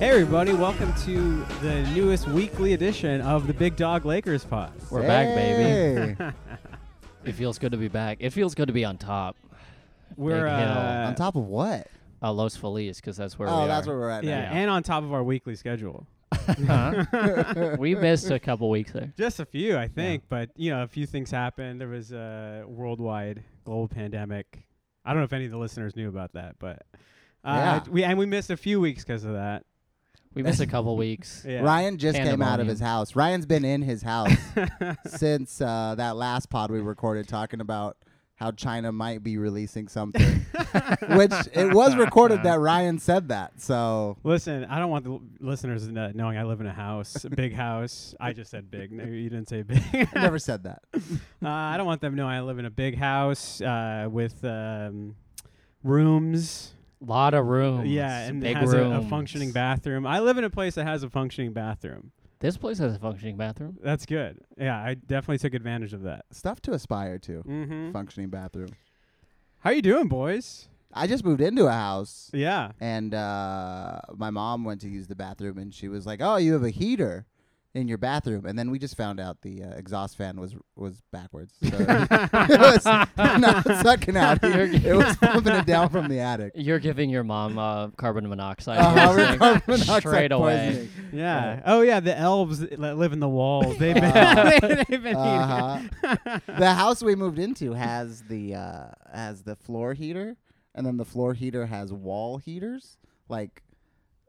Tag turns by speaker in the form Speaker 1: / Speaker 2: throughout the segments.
Speaker 1: everybody. Welcome to the newest weekly edition of the Big Dog Lakers Pod.
Speaker 2: We're back, baby.
Speaker 3: baby.
Speaker 2: It feels good to be back. It feels good to be on top.
Speaker 1: We're
Speaker 2: Big hill.
Speaker 1: uh,
Speaker 3: On top of what?
Speaker 2: Uh, Los Feliz, because that's where we
Speaker 3: Oh,
Speaker 2: are.
Speaker 3: that's where we're at.
Speaker 1: yeah,
Speaker 3: now.
Speaker 1: and on top of our weekly schedule.
Speaker 2: Huh? we missed a couple weeks there.
Speaker 1: Just a few, I think, but you know, a few things happened. There was a worldwide global pandemic. I don't know if any of the listeners knew about that, but uh,
Speaker 3: Yeah.
Speaker 1: we and we missed a few weeks because of that.
Speaker 2: We missed a couple weeks.
Speaker 1: Yeah.
Speaker 3: Ryan just came out of
Speaker 2: Pandemonium.
Speaker 3: his house. Ryan's been in his house since uh, that last pod we recorded talking about how China might be releasing something, which it was recorded that Ryan said that. So
Speaker 1: Listen, I don't want the l- listeners kn- knowing I live in a house, a big house. I just said big. No, you didn't say big.
Speaker 3: I never said that.
Speaker 1: Uh, I don't want them knowing I live in a big house uh, with um, rooms.
Speaker 2: lot of
Speaker 3: Oh,
Speaker 2: rooms.
Speaker 1: yeah, and it
Speaker 2: big
Speaker 1: has a, a
Speaker 2: rooms.
Speaker 1: functioning bathroom. I live in a place that has a functioning bathroom.
Speaker 2: This place has a functioning bathroom.
Speaker 1: That's good. Yeah, I definitely took advantage of that.
Speaker 3: Stuff to aspire to.
Speaker 1: Mm-hmm.
Speaker 3: Functioning bathroom.
Speaker 1: How you doing, boys?
Speaker 3: I just moved into a house,
Speaker 1: Yeah.
Speaker 3: and uh, my mom went to use the bathroom, and she was like, "Oh, you have a heater." In your bathroom, and then we just found out the uh, exhaust fan was was backwards. So it was not sucking out.
Speaker 2: You're-
Speaker 3: It was pumping it down from the attic.
Speaker 2: You're giving your mom uh, carbon monoxide.
Speaker 3: Uh,
Speaker 2: poisoning
Speaker 3: carbon monoxide
Speaker 2: straight away.
Speaker 3: poisoning.
Speaker 1: Yeah. oh yeah, the elves that live in the walls. They've been. they've been
Speaker 3: Uh, Uh-huh. the house we moved into has the uh, has the floor heater, and then the floor heater has wall heaters. Like,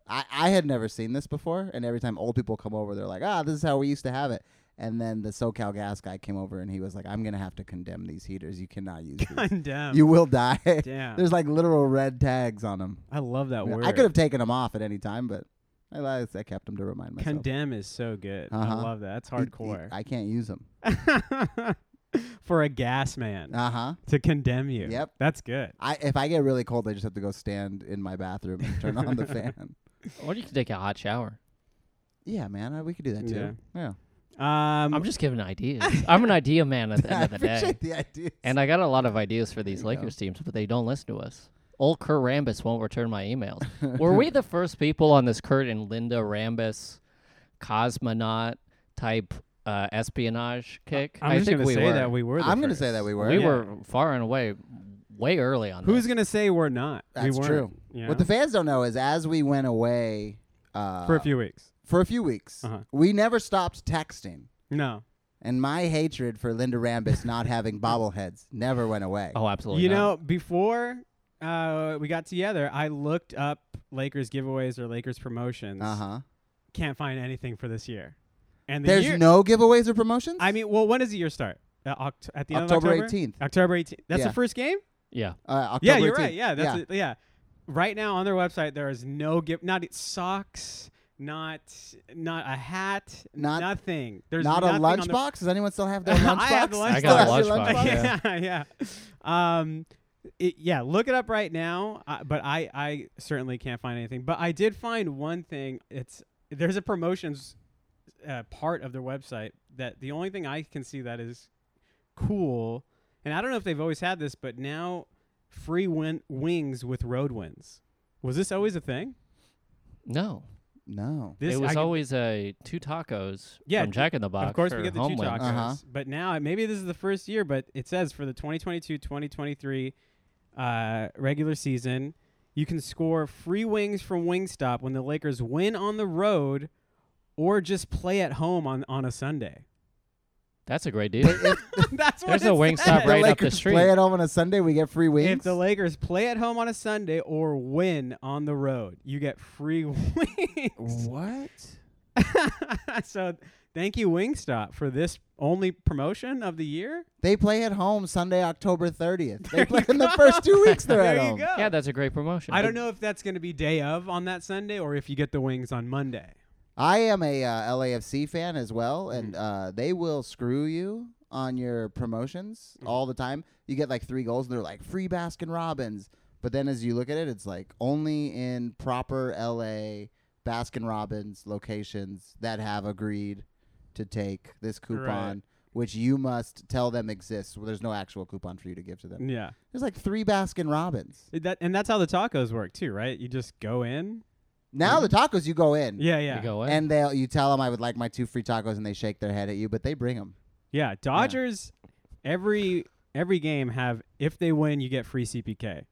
Speaker 3: I I had never seen this before, and every time old people come over, they're like, ah, this is how we used to have it. And then the SoCal Gas guy came over, and he was like, I'm gonna have to condemn these heaters. You cannot use these.
Speaker 1: eaten. Damn.
Speaker 3: You will die.
Speaker 1: Damn.
Speaker 3: There's like literal red tags on them.
Speaker 1: I love that word.
Speaker 3: I could have taken them off at any time, but I, li- I kept them to remind myself.
Speaker 1: Condemn is so good. I
Speaker 3: Uh-huh.
Speaker 1: love that. That's
Speaker 3: You- you-
Speaker 1: hardcore.
Speaker 3: I can't use them.
Speaker 1: For a gas man
Speaker 3: Uh huh.
Speaker 1: to condemn you.
Speaker 3: Yep.
Speaker 1: That's good.
Speaker 3: I if I get really cold, I just have to go stand in my bathroom and turn on the fan.
Speaker 2: Or you can take a hot shower.
Speaker 3: Yeah, man, I, we could do that too. Yeah,
Speaker 1: Um,
Speaker 2: I'm just giving ideas. I'm an idea man at the end
Speaker 3: I
Speaker 2: of the day.
Speaker 3: appreciate the idea.
Speaker 2: And I got a lot of ideas for these
Speaker 3: There you go.
Speaker 2: Lakers teams, but they don't listen to us. Old Kurt Rambis won't return my emails. Were we the first people on this Kurt and Linda Rambis cosmonaut type uh, espionage kick?
Speaker 1: I'm
Speaker 2: I
Speaker 1: just
Speaker 2: think
Speaker 1: gonna
Speaker 2: we
Speaker 1: say
Speaker 2: were.
Speaker 1: that we were. The
Speaker 3: I'm going to
Speaker 1: first.
Speaker 3: say that we were.
Speaker 2: We
Speaker 1: Yeah.
Speaker 2: were far and away, way early on.
Speaker 1: Who's
Speaker 2: this.
Speaker 1: gonna say we're not? we
Speaker 3: That's
Speaker 1: weren't,
Speaker 3: true.
Speaker 1: you
Speaker 3: What
Speaker 1: know?
Speaker 3: the fans don't know is, as we went away uh,
Speaker 1: for a few weeks?
Speaker 3: for a few weeks,
Speaker 1: Uh-huh.
Speaker 3: we never stopped texting,
Speaker 1: No,
Speaker 3: and my hatred for Linda Rambis not having bobbleheads never went away.
Speaker 2: Oh, absolutely.
Speaker 1: you
Speaker 2: not.
Speaker 1: know, before uh, we got together, I looked up Lakers giveaways or Lakers promotions.
Speaker 3: Uh huh.
Speaker 1: Can't find anything for this year. And the
Speaker 3: There's
Speaker 1: year,
Speaker 3: no giveaways or promotions.
Speaker 1: I mean, well, when does the year start? Uh, Oct- at the end
Speaker 3: October
Speaker 1: of October
Speaker 3: 18th.
Speaker 1: October 18th. That's
Speaker 3: Yeah.
Speaker 1: the first game.
Speaker 2: Yeah.
Speaker 3: uh, October
Speaker 1: yeah, you're
Speaker 3: 18th.
Speaker 1: right. Yeah, that's
Speaker 3: yeah.
Speaker 1: it. yeah. Right now on their website, there is no gift. Not it- socks. Not not a hat.
Speaker 3: Not-
Speaker 1: nothing. There's
Speaker 3: Not a
Speaker 1: nothing on their-
Speaker 3: lunchbox. Does anyone still have their lunchbox?
Speaker 1: I have the
Speaker 2: I got a
Speaker 3: Still have your
Speaker 2: lunchbox,
Speaker 3: lunchbox?
Speaker 1: yeah, yeah. Um, it, yeah, look it up right now. Uh, but I, I certainly can't find anything. But I did find one thing. It's there's a promotions uh, part of their website that the only thing I can see that is cool. And I don't know if they've always had this, but now free win- wings with road wins. Was this always a thing?
Speaker 2: No.
Speaker 3: No.
Speaker 1: This
Speaker 2: it was
Speaker 1: I can-
Speaker 2: always a two tacos
Speaker 1: Yeah,
Speaker 2: from Jack in the Box.
Speaker 1: Of course,
Speaker 2: for
Speaker 1: we get the
Speaker 2: home
Speaker 1: two
Speaker 2: win.
Speaker 1: tacos.
Speaker 3: Uh-huh.
Speaker 1: But now, maybe this is the first year, but it says for the 2022 2023 uh, regular season, you can score free wings from Wingstop when the Lakers win on the road or just play at home on, on a Sunday.
Speaker 2: That's a great deal.
Speaker 1: That's what
Speaker 2: There's a
Speaker 1: it
Speaker 2: Wingstop
Speaker 1: says.
Speaker 2: right up the
Speaker 3: Lakers
Speaker 2: street.
Speaker 3: Play at home on a Sunday, we get free wings.
Speaker 1: If the Lakers play at home on a Sunday or win on the road, you get free wings.
Speaker 3: what?
Speaker 1: so, thank you, Wingstop, for this only promotion of the year.
Speaker 3: They play at home Sunday, October 30th. They
Speaker 1: There
Speaker 3: play
Speaker 1: you
Speaker 3: in the
Speaker 1: go.
Speaker 3: first two weeks they're
Speaker 1: there
Speaker 3: at
Speaker 1: you
Speaker 3: home.
Speaker 1: go.
Speaker 2: yeah, that's a great promotion.
Speaker 1: I don't know if that's going to be day of on that Sunday or if you get the wings on Monday.
Speaker 3: I am a uh, LAFC fan as well,
Speaker 1: Mm-hmm.
Speaker 3: and uh, they will screw you on your promotions
Speaker 1: Mm-hmm.
Speaker 3: all the time. You get like three goals, and they're like free Baskin Robbins. But then as you look at it, it's like only in proper LA Baskin Robbins locations that have agreed to take this coupon, which you must tell them exists. Well, there's no actual coupon for you to give to them.
Speaker 1: Yeah.
Speaker 3: There's like three Baskin Robbins.
Speaker 1: That, and that's how the tacos work too, right? You just go in.
Speaker 3: Now the tacos, you go in.
Speaker 1: Mm-hmm. Yeah,
Speaker 2: You
Speaker 1: yeah,
Speaker 2: go away.
Speaker 3: And they'll you tell them I would like my two free tacos, and they shake their head at you, but they bring them.
Speaker 1: yeah. Dodgers every every game have if they win you get free CPK,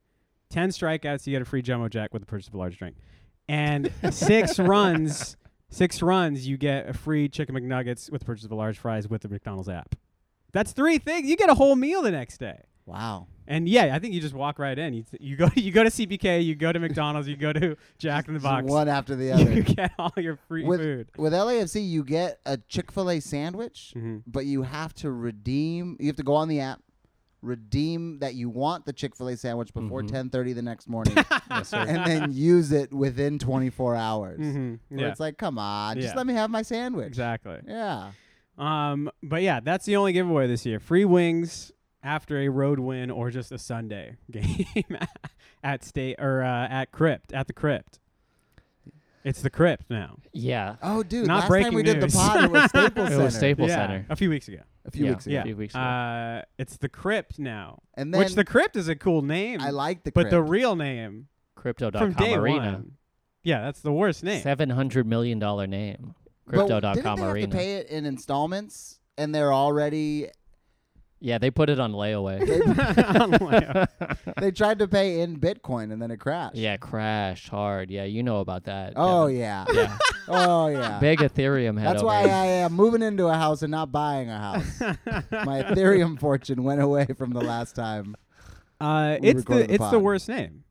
Speaker 1: ten strikeouts you get a free Jumbo Jack with the purchase of a large drink, and six runs six runs you get a free Chicken McNuggets with the purchase of a large fries with the McDonald's app. That's three things. You get a whole meal the next day.
Speaker 3: Wow.
Speaker 1: And yeah, I think you just walk right in. You, you go you go to CPK, you go to McDonald's, you go to Jack in the
Speaker 3: Just
Speaker 1: Box.
Speaker 3: One after the
Speaker 1: you
Speaker 3: other.
Speaker 1: get all your free
Speaker 3: With-
Speaker 1: food.
Speaker 3: With LAFC, you get a Chick fil A sandwich,
Speaker 1: Mm-hmm.
Speaker 3: but you have to redeem, you have to go on the app, redeem that you want the Chick fil A sandwich before
Speaker 1: Mm-hmm.
Speaker 2: Mhm.
Speaker 3: 10.30 the next morning,
Speaker 2: Yes, sir.
Speaker 3: and then use it within 24 hours.
Speaker 1: Mm-hmm.
Speaker 3: Where
Speaker 1: Yeah,
Speaker 3: it's like, come on, just
Speaker 1: Yeah.
Speaker 3: let me have my sandwich.
Speaker 1: exactly.
Speaker 3: Yeah.
Speaker 1: Um, but yeah, that's the only giveaway this year: free wings after a road win or just a Sunday game at state or uh, at Crypt at the Crypt. It's the Crypt now.
Speaker 2: yeah.
Speaker 3: Oh, dude,
Speaker 1: Not
Speaker 3: last time
Speaker 1: breaking
Speaker 3: we did the
Speaker 1: news.
Speaker 3: pod, it was Staples
Speaker 2: It
Speaker 3: Center
Speaker 2: was Staples
Speaker 1: yeah,
Speaker 2: Center.
Speaker 1: a few weeks ago.
Speaker 3: a few
Speaker 2: Yeah.
Speaker 3: weeks ago.
Speaker 2: A few weeks ago.
Speaker 1: Uh, it's the Crypt now,
Speaker 3: And then
Speaker 1: which the Crypt is a cool name,
Speaker 3: I like the
Speaker 1: but the
Speaker 3: crypt.
Speaker 1: real name from
Speaker 2: Crypto.com
Speaker 1: day
Speaker 2: Arena.
Speaker 1: one. Yeah, that's the worst name.
Speaker 2: uh, Seven hundred million dollar name.
Speaker 3: But
Speaker 2: Crypto.com
Speaker 3: didn't they have
Speaker 2: Arena.
Speaker 3: to pay it in installments? And they're already
Speaker 2: yeah, they put it on layaway.
Speaker 3: they,
Speaker 1: On layout.
Speaker 3: they tried to pay in Bitcoin and then it crashed.
Speaker 2: yeah, crashed hard. Yeah, you know about that.
Speaker 3: Oh
Speaker 2: Kevin.
Speaker 3: yeah.
Speaker 2: yeah.
Speaker 3: Oh yeah.
Speaker 2: Big Ethereum head
Speaker 3: That's
Speaker 2: over.
Speaker 3: why I uh, am moving into a house and not buying a house. My Ethereum fortune went away from the last time.
Speaker 1: Uh,
Speaker 3: we
Speaker 1: it's
Speaker 3: recorded
Speaker 1: the,
Speaker 3: the
Speaker 1: it's the
Speaker 3: pod.
Speaker 1: worst name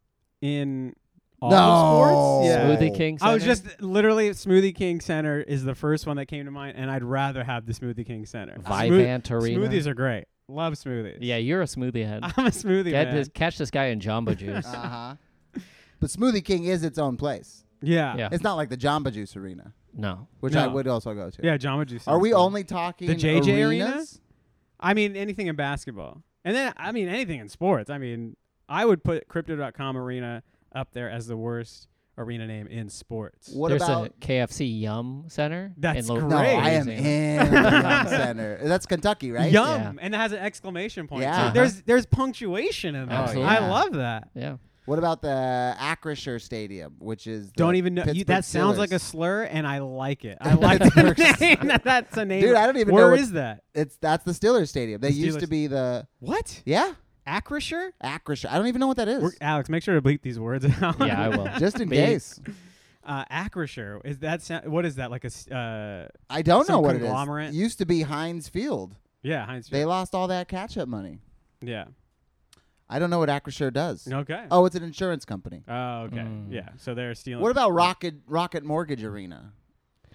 Speaker 1: in all
Speaker 3: No.
Speaker 1: of sports. Yeah.
Speaker 2: Smoothie King.
Speaker 1: I was
Speaker 2: Center?
Speaker 1: just literally Smoothie King Center is the first one that came to mind, and I'd rather have the Smoothie King Center.
Speaker 2: Vivant Arena.
Speaker 1: Smoothies are great. Love smoothies.
Speaker 2: Yeah, you're a smoothie head.
Speaker 1: I'm a smoothie
Speaker 2: Get
Speaker 1: man.
Speaker 2: this, catch this guy in Jamba Juice.
Speaker 3: Uh huh. But Smoothie King is its own place.
Speaker 1: Yeah,
Speaker 2: Yeah.
Speaker 3: It's not like the Jamba Juice Arena,
Speaker 2: no.
Speaker 3: which I
Speaker 1: No.
Speaker 3: would also go to.
Speaker 1: yeah. Jamba Juice.
Speaker 3: Are
Speaker 1: sounds
Speaker 3: we
Speaker 1: cool.
Speaker 3: only talking
Speaker 1: The JJ arena?
Speaker 3: arenas?
Speaker 1: I mean, anything in basketball, and then I mean anything in sports. I mean, I would put Crypto.com Arena up there as the worst arena name in sports.
Speaker 3: What
Speaker 2: There's
Speaker 3: about
Speaker 2: a KFC Yum Center.
Speaker 1: That's
Speaker 2: in Lo-
Speaker 3: no?
Speaker 1: great.
Speaker 3: I am
Speaker 2: Louisiana.
Speaker 3: in the Yum Center. That's Kentucky, right?
Speaker 1: Yum,
Speaker 2: Yeah.
Speaker 1: and it has an exclamation point.
Speaker 3: Yeah.
Speaker 1: So there's there's punctuation in that.
Speaker 2: Absolutely.
Speaker 1: I love that.
Speaker 2: Oh, Yeah.
Speaker 3: What about the Acrisure Stadium, which is the
Speaker 1: Don't even know. You,
Speaker 3: Pittsburgh
Speaker 1: that sounds like a
Speaker 3: Steelers?
Speaker 1: slur, and I like it. I like
Speaker 3: Pittsburgh
Speaker 1: the name. That, that's a name.
Speaker 3: Dude, I don't even
Speaker 1: Where
Speaker 3: know what-
Speaker 1: is that?
Speaker 3: It's that's the Steelers Stadium. They
Speaker 1: The
Speaker 3: used to
Speaker 1: Steelers.
Speaker 3: be the
Speaker 1: What?
Speaker 3: yeah
Speaker 1: Acrisure?
Speaker 3: Acrisure. I don't even know what that is.
Speaker 1: We're, Alex, make sure to bleep these words out.
Speaker 2: Yeah, I will.
Speaker 3: Just in
Speaker 2: Big-
Speaker 3: case,
Speaker 1: Uh, Acrisure is that? Sound, what is that? Like a s- uh,
Speaker 3: I don't
Speaker 1: Some
Speaker 3: know what it
Speaker 1: conglomerate.
Speaker 3: is. Used to be Heinz Field.
Speaker 1: yeah, Heinz.
Speaker 3: They lost all that catch-up money.
Speaker 1: yeah.
Speaker 3: I don't know what Acrisure does.
Speaker 1: Okay.
Speaker 3: Oh, it's an insurance company.
Speaker 1: Oh, okay.
Speaker 2: Mm.
Speaker 1: Yeah. So they're stealing.
Speaker 3: What about Rocket Rocket Mortgage Arena?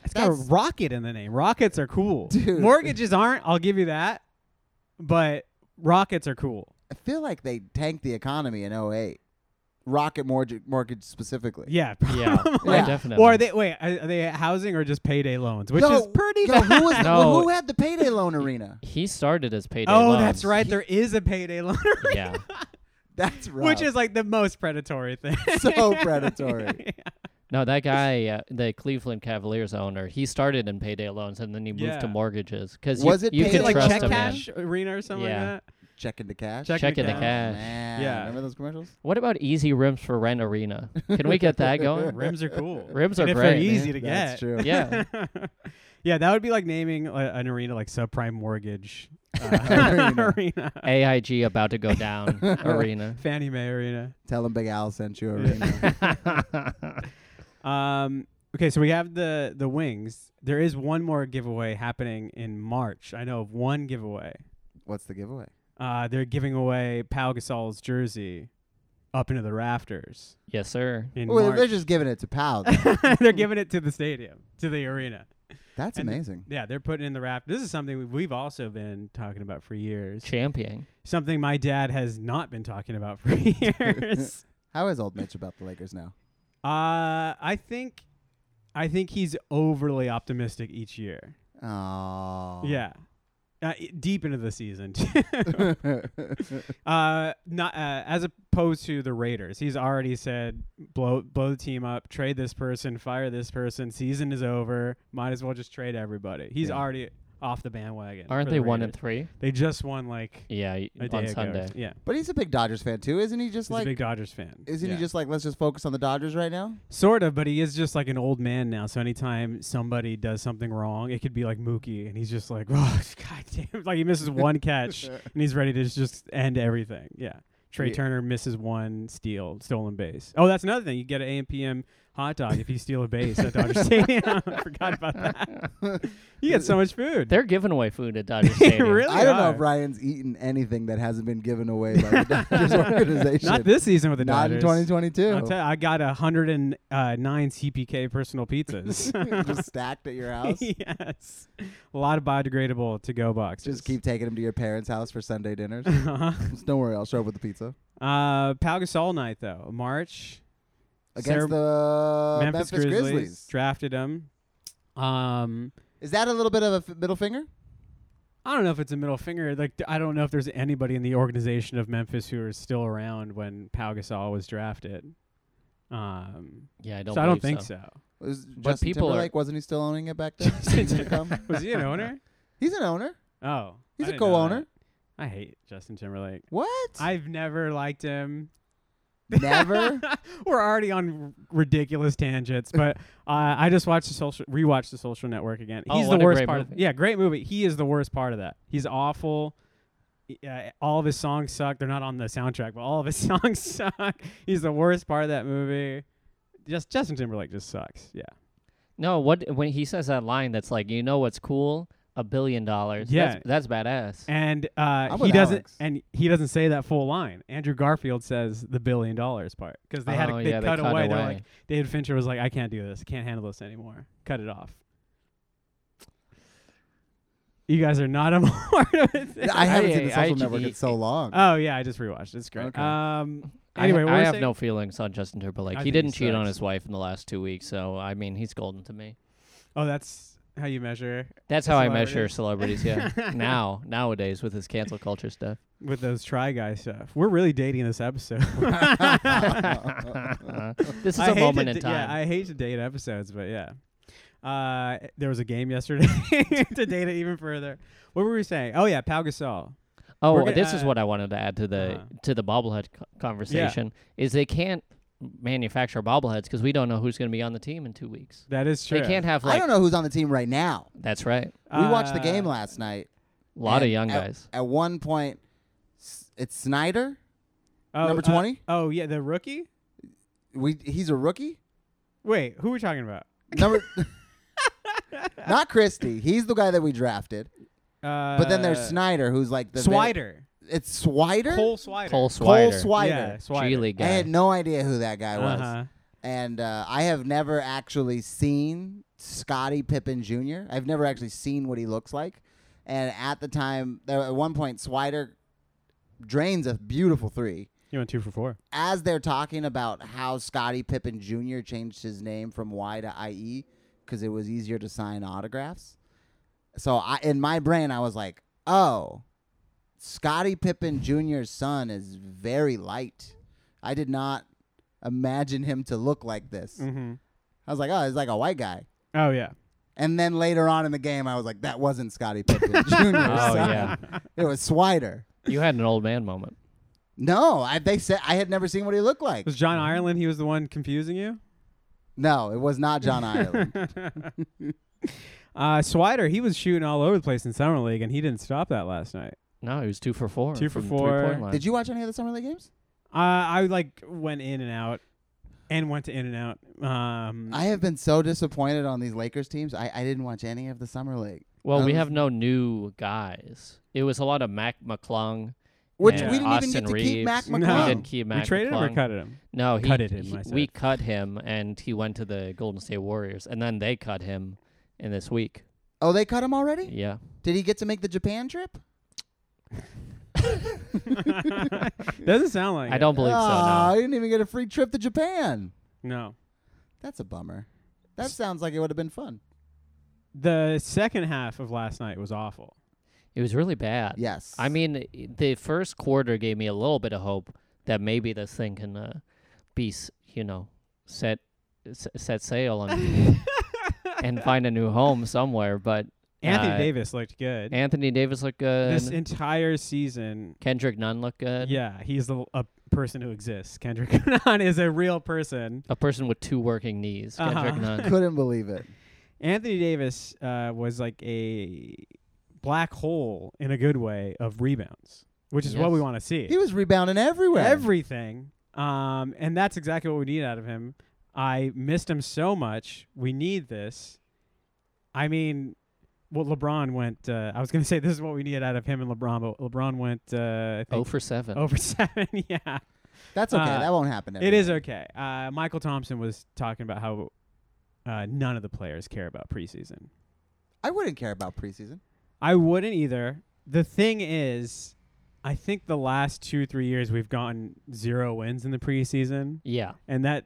Speaker 1: It's got a
Speaker 3: That's-
Speaker 1: rocket in the name. Rockets are cool.
Speaker 3: Dude.
Speaker 1: Mortgages aren't. I'll give you that. But rockets are cool.
Speaker 3: I feel like they tanked the economy in 08. Rocket Mortgage, mortgage specifically.
Speaker 1: Yeah.
Speaker 2: Yeah.
Speaker 1: probably.
Speaker 3: Yeah.
Speaker 2: yeah. Definitely.
Speaker 1: Or are they wait, are are they housing or just payday loans, which
Speaker 3: No,
Speaker 1: is pretty
Speaker 3: Yo, who was
Speaker 2: No.
Speaker 3: who had the payday loan arena?
Speaker 2: he started as payday.
Speaker 1: Oh,
Speaker 2: loans.
Speaker 1: that's right. There is a payday loan,
Speaker 2: Yeah.
Speaker 3: That's right.
Speaker 1: which is like the most predatory thing.
Speaker 3: so predatory.
Speaker 2: No, that guy, uh, the Cleveland Cavaliers owner, he started in payday loans and then he moved to
Speaker 1: Yeah.
Speaker 2: mortgages because
Speaker 3: Was
Speaker 2: you,
Speaker 3: it
Speaker 2: you
Speaker 1: Is
Speaker 3: payday
Speaker 2: can
Speaker 1: it like
Speaker 2: trust
Speaker 1: check
Speaker 2: a man.
Speaker 1: cash arena or something
Speaker 2: Yeah.
Speaker 1: like
Speaker 3: Check into cash. Oh,
Speaker 1: that?
Speaker 2: Check in the
Speaker 1: account.
Speaker 2: cash.
Speaker 3: Man,
Speaker 1: Yeah.
Speaker 3: Remember those commercials?
Speaker 2: What about Easy Rims for Rent Arena? Can we get that going?
Speaker 1: Rims are cool.
Speaker 2: Rims
Speaker 1: And
Speaker 2: are
Speaker 1: if
Speaker 2: great.
Speaker 1: they're easy to
Speaker 3: That's
Speaker 1: get.
Speaker 3: true.
Speaker 2: Yeah.
Speaker 1: yeah, that would be like naming uh, an arena like subprime mortgage uh,
Speaker 3: Arena.
Speaker 1: arena,
Speaker 2: AIG about to go down arena.
Speaker 1: Fannie Mae arena.
Speaker 3: Tell them Big Al sent you
Speaker 1: Yeah.
Speaker 3: arena.
Speaker 1: Um, okay, so we have the the wings. There is one more giveaway happening in March. I know of one giveaway.
Speaker 3: What's the giveaway?
Speaker 1: Uh, they're giving away Pau Gasol's jersey up into the rafters
Speaker 2: yes, sir.
Speaker 1: in
Speaker 3: Well, they're
Speaker 1: March.
Speaker 3: just giving it to Powell.
Speaker 1: they're giving it to the stadium, to the arena.
Speaker 3: That's
Speaker 1: And-
Speaker 3: amazing.
Speaker 1: Yeah, they're putting in the raft. This is something we've, we've also been talking about for years.
Speaker 2: Champion.
Speaker 1: Something my dad has not been talking about for years.
Speaker 3: How is old Mitch about the Lakers now?
Speaker 1: uh, I think, I think he's overly optimistic each year.
Speaker 3: Oh.
Speaker 1: Yeah. Uh, i- deep into the season, too. uh, not uh, as opposed to the Raiders. He's already said blow blow the team up, trade this person, fire this person. Season is over. Might as well just trade everybody. He's
Speaker 3: Yeah.
Speaker 1: already off the bandwagon.
Speaker 2: Aren't
Speaker 1: for the
Speaker 2: they one and
Speaker 1: Raiders.
Speaker 2: three?
Speaker 1: They just won like
Speaker 2: Yeah, y-
Speaker 1: a day
Speaker 2: on
Speaker 1: ago.
Speaker 2: Sunday.
Speaker 1: Yeah,
Speaker 3: But he's a big Dodgers fan too, isn't he? Just
Speaker 1: he's
Speaker 3: like
Speaker 1: a big Dodgers fan.
Speaker 3: Isn't
Speaker 1: Yeah.
Speaker 3: he just like, let's just focus on the Dodgers right now?
Speaker 1: Sort of, but he is just like an old man now. So anytime somebody does something wrong, it could be like Mookie, and he's just like, oh, God damn. Like he misses one catch, and he's ready to just end everything. Yeah. Trey
Speaker 3: Yeah.
Speaker 1: Turner misses one steal, stolen base. Oh, that's another thing. You get an AM PM hot dog if you steal a base at Dodger Stadium. I forgot about that. You get so much food.
Speaker 2: They're giving away food at Dodger Stadium.
Speaker 1: really
Speaker 3: I don't know
Speaker 1: are.
Speaker 3: if Ryan's eaten anything that hasn't been given away by the Dodgers organization.
Speaker 1: Not this season with the
Speaker 3: Not in
Speaker 1: Dodgers.
Speaker 3: 2022.
Speaker 1: I'll tell you, I got 109 CPK personal pizzas.
Speaker 3: just stacked at your house.
Speaker 1: yes. A lot of biodegradable to go boxes.
Speaker 3: Just keep taking him to your parents' house for Sunday dinners.
Speaker 1: uh
Speaker 3: Don't worry, I'll show up with the pizza.
Speaker 1: Uh, Pau Gasol night, though. March. Sarah-
Speaker 3: Against the
Speaker 1: Memphis, Grizzlies,
Speaker 3: Uh, Grizzlies.
Speaker 1: drafted him. Um,
Speaker 3: Is that a little bit of a f- middle finger?
Speaker 1: I don't know if it's a middle finger. Like, th- I don't know if there's anybody in the organization of Memphis who is still around when Pau Gasol was drafted. Um,
Speaker 2: Yeah, I don't.
Speaker 1: so I don't
Speaker 2: believe
Speaker 1: think
Speaker 2: so.
Speaker 1: so.
Speaker 3: Was Justin
Speaker 2: people are-
Speaker 3: Timberlake, wasn't he still owning it back then? Did he come?
Speaker 1: Was he an owner?
Speaker 3: He's an owner.
Speaker 1: Oh,
Speaker 3: He's
Speaker 1: a
Speaker 3: a co-owner.
Speaker 1: I hate Justin Timberlake.
Speaker 3: What?
Speaker 1: I've never liked him.
Speaker 3: Never?
Speaker 1: We're already on ridiculous tangents, but uh, I just watched the social, rewatched the Social Network again.
Speaker 2: Oh,
Speaker 1: He's
Speaker 2: what
Speaker 1: the
Speaker 2: a
Speaker 1: worst
Speaker 2: great
Speaker 1: part. Of,
Speaker 2: movie.
Speaker 1: yeah, great movie. He is the worst part of that. He's awful. He- Uh, all of his songs suck. They're not on the soundtrack, but all of his songs suck. He's the worst part of that movie. Just Justin Timberlake just sucks. Yeah.
Speaker 2: No, what when he says that line, that's like, you know what's cool? A billion dollars.
Speaker 1: Yeah.
Speaker 2: that's, that's badass.
Speaker 1: and uh,
Speaker 3: I'm
Speaker 1: he
Speaker 3: with
Speaker 1: doesn't
Speaker 3: Alex.
Speaker 1: and he doesn't say that full line. Andrew Garfield says the billion dollars part because they had
Speaker 2: Oh,
Speaker 1: a, they,
Speaker 2: yeah, they
Speaker 1: cut
Speaker 2: cut
Speaker 1: away. They're
Speaker 2: away.
Speaker 1: like David Fincher was like, I can't do this, can't handle this anymore. Cut it off. You guys are not a part of it.
Speaker 3: I haven't seen the
Speaker 2: I-
Speaker 3: social
Speaker 2: I-
Speaker 3: network in so long.
Speaker 1: Oh yeah, I just rewatched. It's great.
Speaker 3: Okay.
Speaker 1: Um,
Speaker 2: I-
Speaker 1: anyway, what
Speaker 2: I,
Speaker 1: were we
Speaker 2: have
Speaker 1: saying?
Speaker 2: no feelings on Justin Timberlake.
Speaker 1: I
Speaker 2: he
Speaker 1: think he
Speaker 2: didn't cheat on
Speaker 1: sucks.
Speaker 2: his wife in the last two weeks, so I mean, he's golden to me.
Speaker 1: Oh, that's how you measure
Speaker 2: That's how I
Speaker 1: Celebrities.
Speaker 2: measure celebrities. Yeah, now nowadays with his cancel culture stuff.
Speaker 1: with those try guy stuff. We're really dating this episode.
Speaker 2: this is
Speaker 1: I
Speaker 2: a
Speaker 1: hate
Speaker 2: moment
Speaker 1: to
Speaker 2: in
Speaker 1: d- Yeah,
Speaker 2: time.
Speaker 1: I hate to date episodes, but yeah. Uh, there was a game yesterday to date it even further. What were we saying? Oh yeah, Pau Gasol.
Speaker 2: oh,
Speaker 1: we're gonna-
Speaker 2: this is
Speaker 1: uh,
Speaker 2: what I wanted to add to the
Speaker 1: uh-huh.
Speaker 2: to the bobblehead co- conversation is they can't manufacture bobbleheads because we don't know who's going to be on the team in two weeks.
Speaker 1: That is true.
Speaker 2: They can't have
Speaker 3: I
Speaker 2: like
Speaker 3: don't know who's on the team right now.
Speaker 2: that's right.
Speaker 3: We watched the game
Speaker 1: Uh,
Speaker 3: last night.
Speaker 2: A lot of
Speaker 3: and
Speaker 2: young
Speaker 3: at-
Speaker 2: guys.
Speaker 3: At one point, S- it's Snyder,
Speaker 1: oh,
Speaker 3: number
Speaker 1: uh,
Speaker 3: 20.
Speaker 1: oh yeah, the rookie.
Speaker 3: we he's a rookie.
Speaker 1: Wait, who are we talking about?
Speaker 3: Number, not Christie. He's the guy that we drafted.
Speaker 1: Uh,
Speaker 3: But then there's Snyder, who's like the very-
Speaker 1: Swider.
Speaker 3: it's Swider.
Speaker 1: Cole Swider.
Speaker 2: Cole
Speaker 3: Cole
Speaker 2: Swider,
Speaker 3: Swider.
Speaker 1: Yeah, Swider.
Speaker 2: G League
Speaker 3: I
Speaker 2: guy.
Speaker 3: had no idea who that guy was,
Speaker 1: Uh-huh.
Speaker 3: and uh, I have never actually seen Scottie Pippen Jr. I've never actually seen what he looks like. And at the time, there, at one point, Swider drains a beautiful three.
Speaker 1: You went two for four.
Speaker 3: as they're talking about how Scottie Pippen Jr. changed his name from Y to IE because it was easier to sign autographs. So I, in my brain, I was like, oh, Scottie Pippen Jr.'s son is very light. I did not imagine him to look like this.
Speaker 2: Mm.
Speaker 1: Mm-hmm.
Speaker 3: I was like, oh, he's like a white guy.
Speaker 1: Oh yeah.
Speaker 3: And then later on in the game, I was like, that wasn't Scottie Pippen Jr.'s
Speaker 2: Oh,
Speaker 3: son.
Speaker 2: yeah.
Speaker 3: It was Swider.
Speaker 2: You had an old man moment.
Speaker 3: No, I, they said I had never seen what he looked like.
Speaker 1: Was John Ireland? He was the one confusing you.
Speaker 3: No, it was not John Ireland.
Speaker 1: Uh, Swider, he was shooting all over the place in summer league, and he didn't stop that last night.
Speaker 2: No, he was two for four.
Speaker 1: Two for
Speaker 2: from
Speaker 1: four.
Speaker 2: three-point line.
Speaker 3: Did you watch any of the summer league games?
Speaker 1: Uh, I like went in and out, and went to in and out. Um,
Speaker 3: I have been so disappointed on these Lakers teams. I, I didn't watch any of the summer league,
Speaker 2: Well, we
Speaker 3: Um,
Speaker 2: have no new guys. It was a lot of Mac McClung.
Speaker 3: which
Speaker 1: Yeah.
Speaker 3: we didn't
Speaker 2: Austin
Speaker 3: even get to
Speaker 2: Reeves.
Speaker 3: keep Mac
Speaker 1: No.
Speaker 3: McClung.
Speaker 2: We didn't keep Mac
Speaker 1: we traded him or
Speaker 2: McClung.
Speaker 1: cut him.
Speaker 2: No, he,
Speaker 1: Cutted him,
Speaker 2: he-
Speaker 1: I said.
Speaker 2: we cut him, and he went to the Golden State Warriors, and then they cut him in this week.
Speaker 3: Oh, they cut him already?
Speaker 2: Yeah,
Speaker 3: Did he get to make the Japan trip?
Speaker 1: Doesn't sound like
Speaker 2: I
Speaker 1: it.
Speaker 2: don't believe
Speaker 3: Aw,
Speaker 2: so.
Speaker 3: he didn't even get a free trip to Japan.
Speaker 1: No,
Speaker 3: That's a bummer. That sounds like it would have been fun.
Speaker 1: the second half of last night was awful.
Speaker 2: No. It was really bad.
Speaker 3: Yes.
Speaker 2: I mean, i- the first quarter gave me a little bit of hope that maybe this thing can uh, be, s- you know, set s- set sail on people and find a new home somewhere. But
Speaker 1: Anthony
Speaker 2: Uh,
Speaker 1: Davis looked good.
Speaker 2: Anthony Davis looked good.
Speaker 1: this entire season,
Speaker 2: Kendrick Nunn looked good.
Speaker 1: yeah, he's the, a person who exists. Kendrick Nunn is a real person.
Speaker 2: A person with two working knees. Kendrick
Speaker 1: Uh-huh.
Speaker 2: Nunn.
Speaker 3: Couldn't believe it.
Speaker 1: Anthony Davis uh, was like a black hole in a good way of rebounds, which is what
Speaker 2: Yes.
Speaker 1: we want to see.
Speaker 3: He was rebounding everywhere.
Speaker 1: Everything. Um, and that's exactly what we need out of him. I missed him so much. We need this. I mean, well, LeBron went. Uh, I was going to say this is what we needed out of him and LeBron, but LeBron went. Uh, I
Speaker 2: Oh
Speaker 1: think
Speaker 2: for seven.
Speaker 1: over seven. yeah,
Speaker 3: That's okay.
Speaker 1: Uh,
Speaker 3: that won't happen.
Speaker 1: it is okay. Uh, Michael Thompson was talking about how uh, none of the players care about preseason.
Speaker 3: I wouldn't care about preseason.
Speaker 1: I wouldn't either. The thing is, I think the last two, three years we've gotten zero wins in the preseason.
Speaker 2: Yeah.
Speaker 1: And that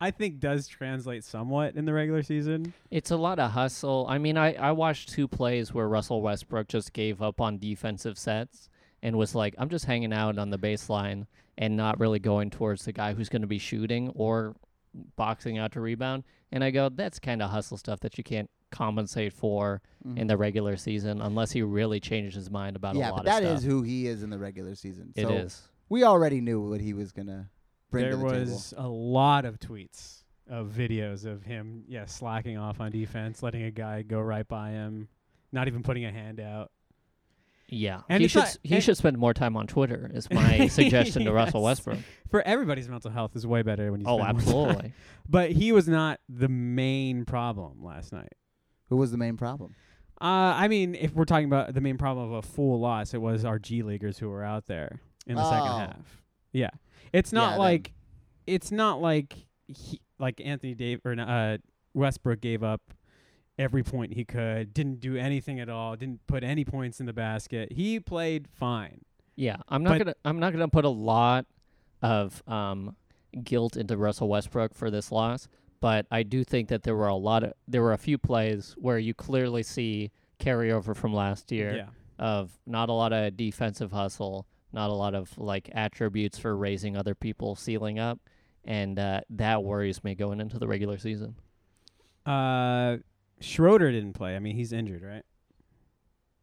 Speaker 1: I think does translate somewhat in the regular season.
Speaker 2: It's a lot of hustle. I mean, I, I watched two plays where Russell Westbrook just gave up on defensive sets and was like, I'm just hanging out on the baseline and not really going towards the guy who's going to be shooting or boxing out to rebound. And I go, that's kind of hustle stuff that you can't compensate for in the regular season unless he really changed his mind about
Speaker 3: Mm-hmm. yeah,
Speaker 2: a lot
Speaker 3: but that
Speaker 2: of
Speaker 3: is
Speaker 2: stuff.
Speaker 3: who he is in the regular season.
Speaker 2: It
Speaker 3: so
Speaker 2: is.
Speaker 3: we already knew what he was gonna bring
Speaker 1: there
Speaker 3: to the table.
Speaker 1: was a lot of tweets of videos of him, yeah, slacking off on defense, letting a guy go right by him, not even putting a hand out.
Speaker 2: Yeah.
Speaker 1: And
Speaker 2: he
Speaker 1: it's
Speaker 2: should
Speaker 1: not-
Speaker 2: s- he
Speaker 1: and-
Speaker 2: should spend more time on Twitter is my suggestion to Russell
Speaker 1: Yes.
Speaker 2: Westbrook.
Speaker 1: For everybody's mental health is way better when you
Speaker 2: Oh,
Speaker 1: spend more time.
Speaker 2: absolutely.
Speaker 1: But he was not the main problem last night.
Speaker 3: Who was the main problem?
Speaker 1: Uh, I mean, if we're talking about the main problem of a full loss, it was our G leaguers who were out there in the second
Speaker 3: Oh.
Speaker 1: half. Yeah, it's not
Speaker 3: Yeah, them.
Speaker 1: like it's not like he, like Anthony Dave or uh, Westbrook gave up every point he could, didn't do anything at all, didn't put any points in the basket. He played fine.
Speaker 2: Yeah, I'm not
Speaker 1: But-
Speaker 2: gonna I'm not gonna put a lot of um, guilt into Russell Westbrook for this loss, but I do think that there were a lot of there were a few plays where you clearly see carryover from last year
Speaker 1: Yeah,
Speaker 2: of not a lot of defensive hustle, not a lot of like attributes for raising other people, sealing up, and uh, that worries me going into the regular season.
Speaker 1: uh, Schroeder didn't play. I mean, he's injured, right?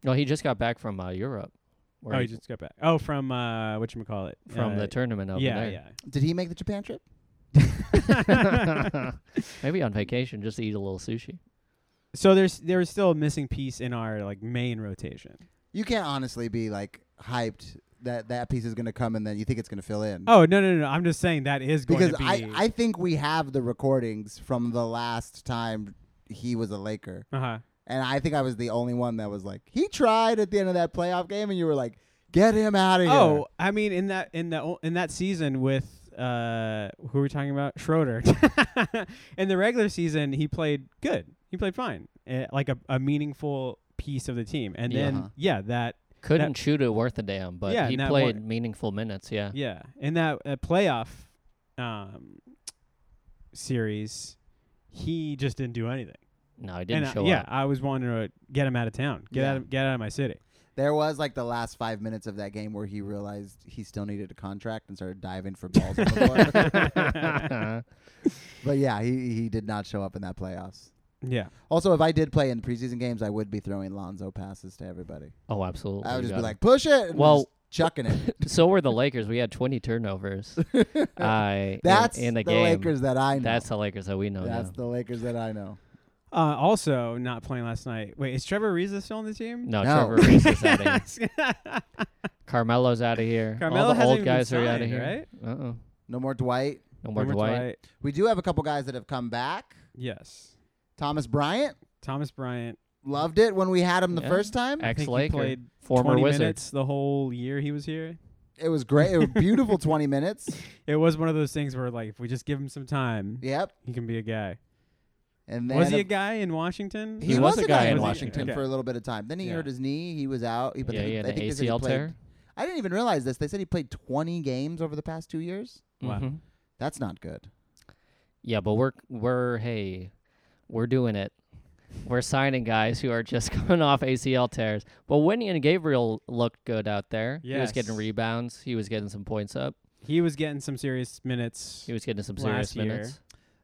Speaker 2: Well, Oh, he just got back from uh, Europe, where
Speaker 1: oh, he
Speaker 2: he-
Speaker 1: just got back. Oh, from uh, what you call it?
Speaker 2: from the tournament over
Speaker 1: yeah,
Speaker 2: there.
Speaker 1: yeah.
Speaker 3: Did he make the Japan trip?
Speaker 2: Maybe on vacation, just eat a little sushi.
Speaker 1: So there's there's still a missing piece in our like main rotation.
Speaker 3: You can't honestly be like hyped that that piece is gonna come and then you think it's gonna fill in.
Speaker 1: Oh no no no! I'm just saying that is going
Speaker 3: because
Speaker 1: to be.
Speaker 3: I I think we have the recordings from the last time he was a Laker.
Speaker 1: uh huh.
Speaker 3: And I think I was the only one that was like, he tried at the end of that playoff game, and you were like, get him out of here.
Speaker 1: Oh, I mean in that in the o- in that season with uh who are we talking about Schroeder? in the regular season, he played good. He played fine, eh, like a, a meaningful piece of the team. And then
Speaker 3: Uh-huh.
Speaker 1: yeah, that
Speaker 2: Couldn't shoot it worth a damn, but
Speaker 1: Yeah,
Speaker 2: he
Speaker 1: and that
Speaker 2: played
Speaker 1: one-
Speaker 2: meaningful minutes. Yeah.
Speaker 1: yeah, in that uh, playoff um series, he just didn't do anything.
Speaker 2: No, he didn't
Speaker 1: and
Speaker 2: show
Speaker 1: I, yeah,
Speaker 2: up.
Speaker 1: I was wanting to get him out of town. Get
Speaker 3: Yeah.
Speaker 1: out of, get out of my city.
Speaker 3: There was like the last five minutes of that game where he realized he still needed a contract and started diving for balls on the floor. But yeah, he, he did not show up in that playoffs.
Speaker 1: Yeah.
Speaker 3: Also, if I did play in preseason games, I would be throwing Lonzo passes to everybody.
Speaker 2: oh, absolutely.
Speaker 3: I would just
Speaker 2: got
Speaker 3: be like, push it. And
Speaker 2: Well-
Speaker 3: just chucking it.
Speaker 2: him. so were the Lakers. We had 20 turnovers. I in-
Speaker 3: That's
Speaker 2: in, the,
Speaker 3: the,
Speaker 2: game.
Speaker 3: Lakers that I know.
Speaker 2: That's the Lakers that we know.
Speaker 3: That's
Speaker 2: now.
Speaker 3: the Lakers that I know.
Speaker 1: Uh, also, not playing last night. Wait, is Trevor Reza still on the team?
Speaker 2: no,
Speaker 3: No.
Speaker 2: Trevor Reese is out of here. Carmelo's out of here.
Speaker 1: Carmelo
Speaker 2: All the
Speaker 1: hasn't
Speaker 2: old
Speaker 1: even
Speaker 2: guys are out of
Speaker 1: signed,
Speaker 2: here. Uh-uh.
Speaker 3: No more Dwight.
Speaker 2: No more
Speaker 1: Remember
Speaker 2: Dwight.
Speaker 3: We do have a couple guys that have come back.
Speaker 1: Yes.
Speaker 3: Thomas Bryant
Speaker 1: Thomas Bryant.
Speaker 3: loved it when we had him the
Speaker 2: Yeah.
Speaker 3: first time.
Speaker 1: I think he
Speaker 2: Ex-Laker.
Speaker 1: played
Speaker 2: Former
Speaker 1: 20
Speaker 2: Wizard.
Speaker 1: minutes the whole year he was here.
Speaker 3: It was great. It was beautiful 20 minutes.
Speaker 1: It was one of those things where, like, if we just give him some time,
Speaker 3: Yep.
Speaker 1: he can be a guy.
Speaker 3: And then
Speaker 1: Was he a guy in Washington?
Speaker 2: He was a guy in
Speaker 1: Was he?
Speaker 2: Washington.
Speaker 1: Okay.
Speaker 3: for a little bit of time. Then he
Speaker 1: Yeah.
Speaker 3: hurt his knee. He was out. He, but
Speaker 2: Yeah,
Speaker 3: they-
Speaker 2: he had
Speaker 3: I
Speaker 2: an
Speaker 3: think they said he
Speaker 2: ACL
Speaker 3: played-
Speaker 2: tear.
Speaker 3: I didn't even realize this. They said he played 20 games over the past two years.
Speaker 1: Wow.
Speaker 2: Mhm.
Speaker 3: That's not good.
Speaker 2: Yeah, but we're we're hey, we're doing it. We're signing guys who are just coming off ACL tears. But Winnie and Gabriel looked good out there. He was getting
Speaker 1: Yes.
Speaker 2: rebounds. He was getting some points up.
Speaker 1: He was getting some serious minutes.
Speaker 2: He was getting some
Speaker 1: Last
Speaker 2: serious
Speaker 1: year.
Speaker 2: minutes.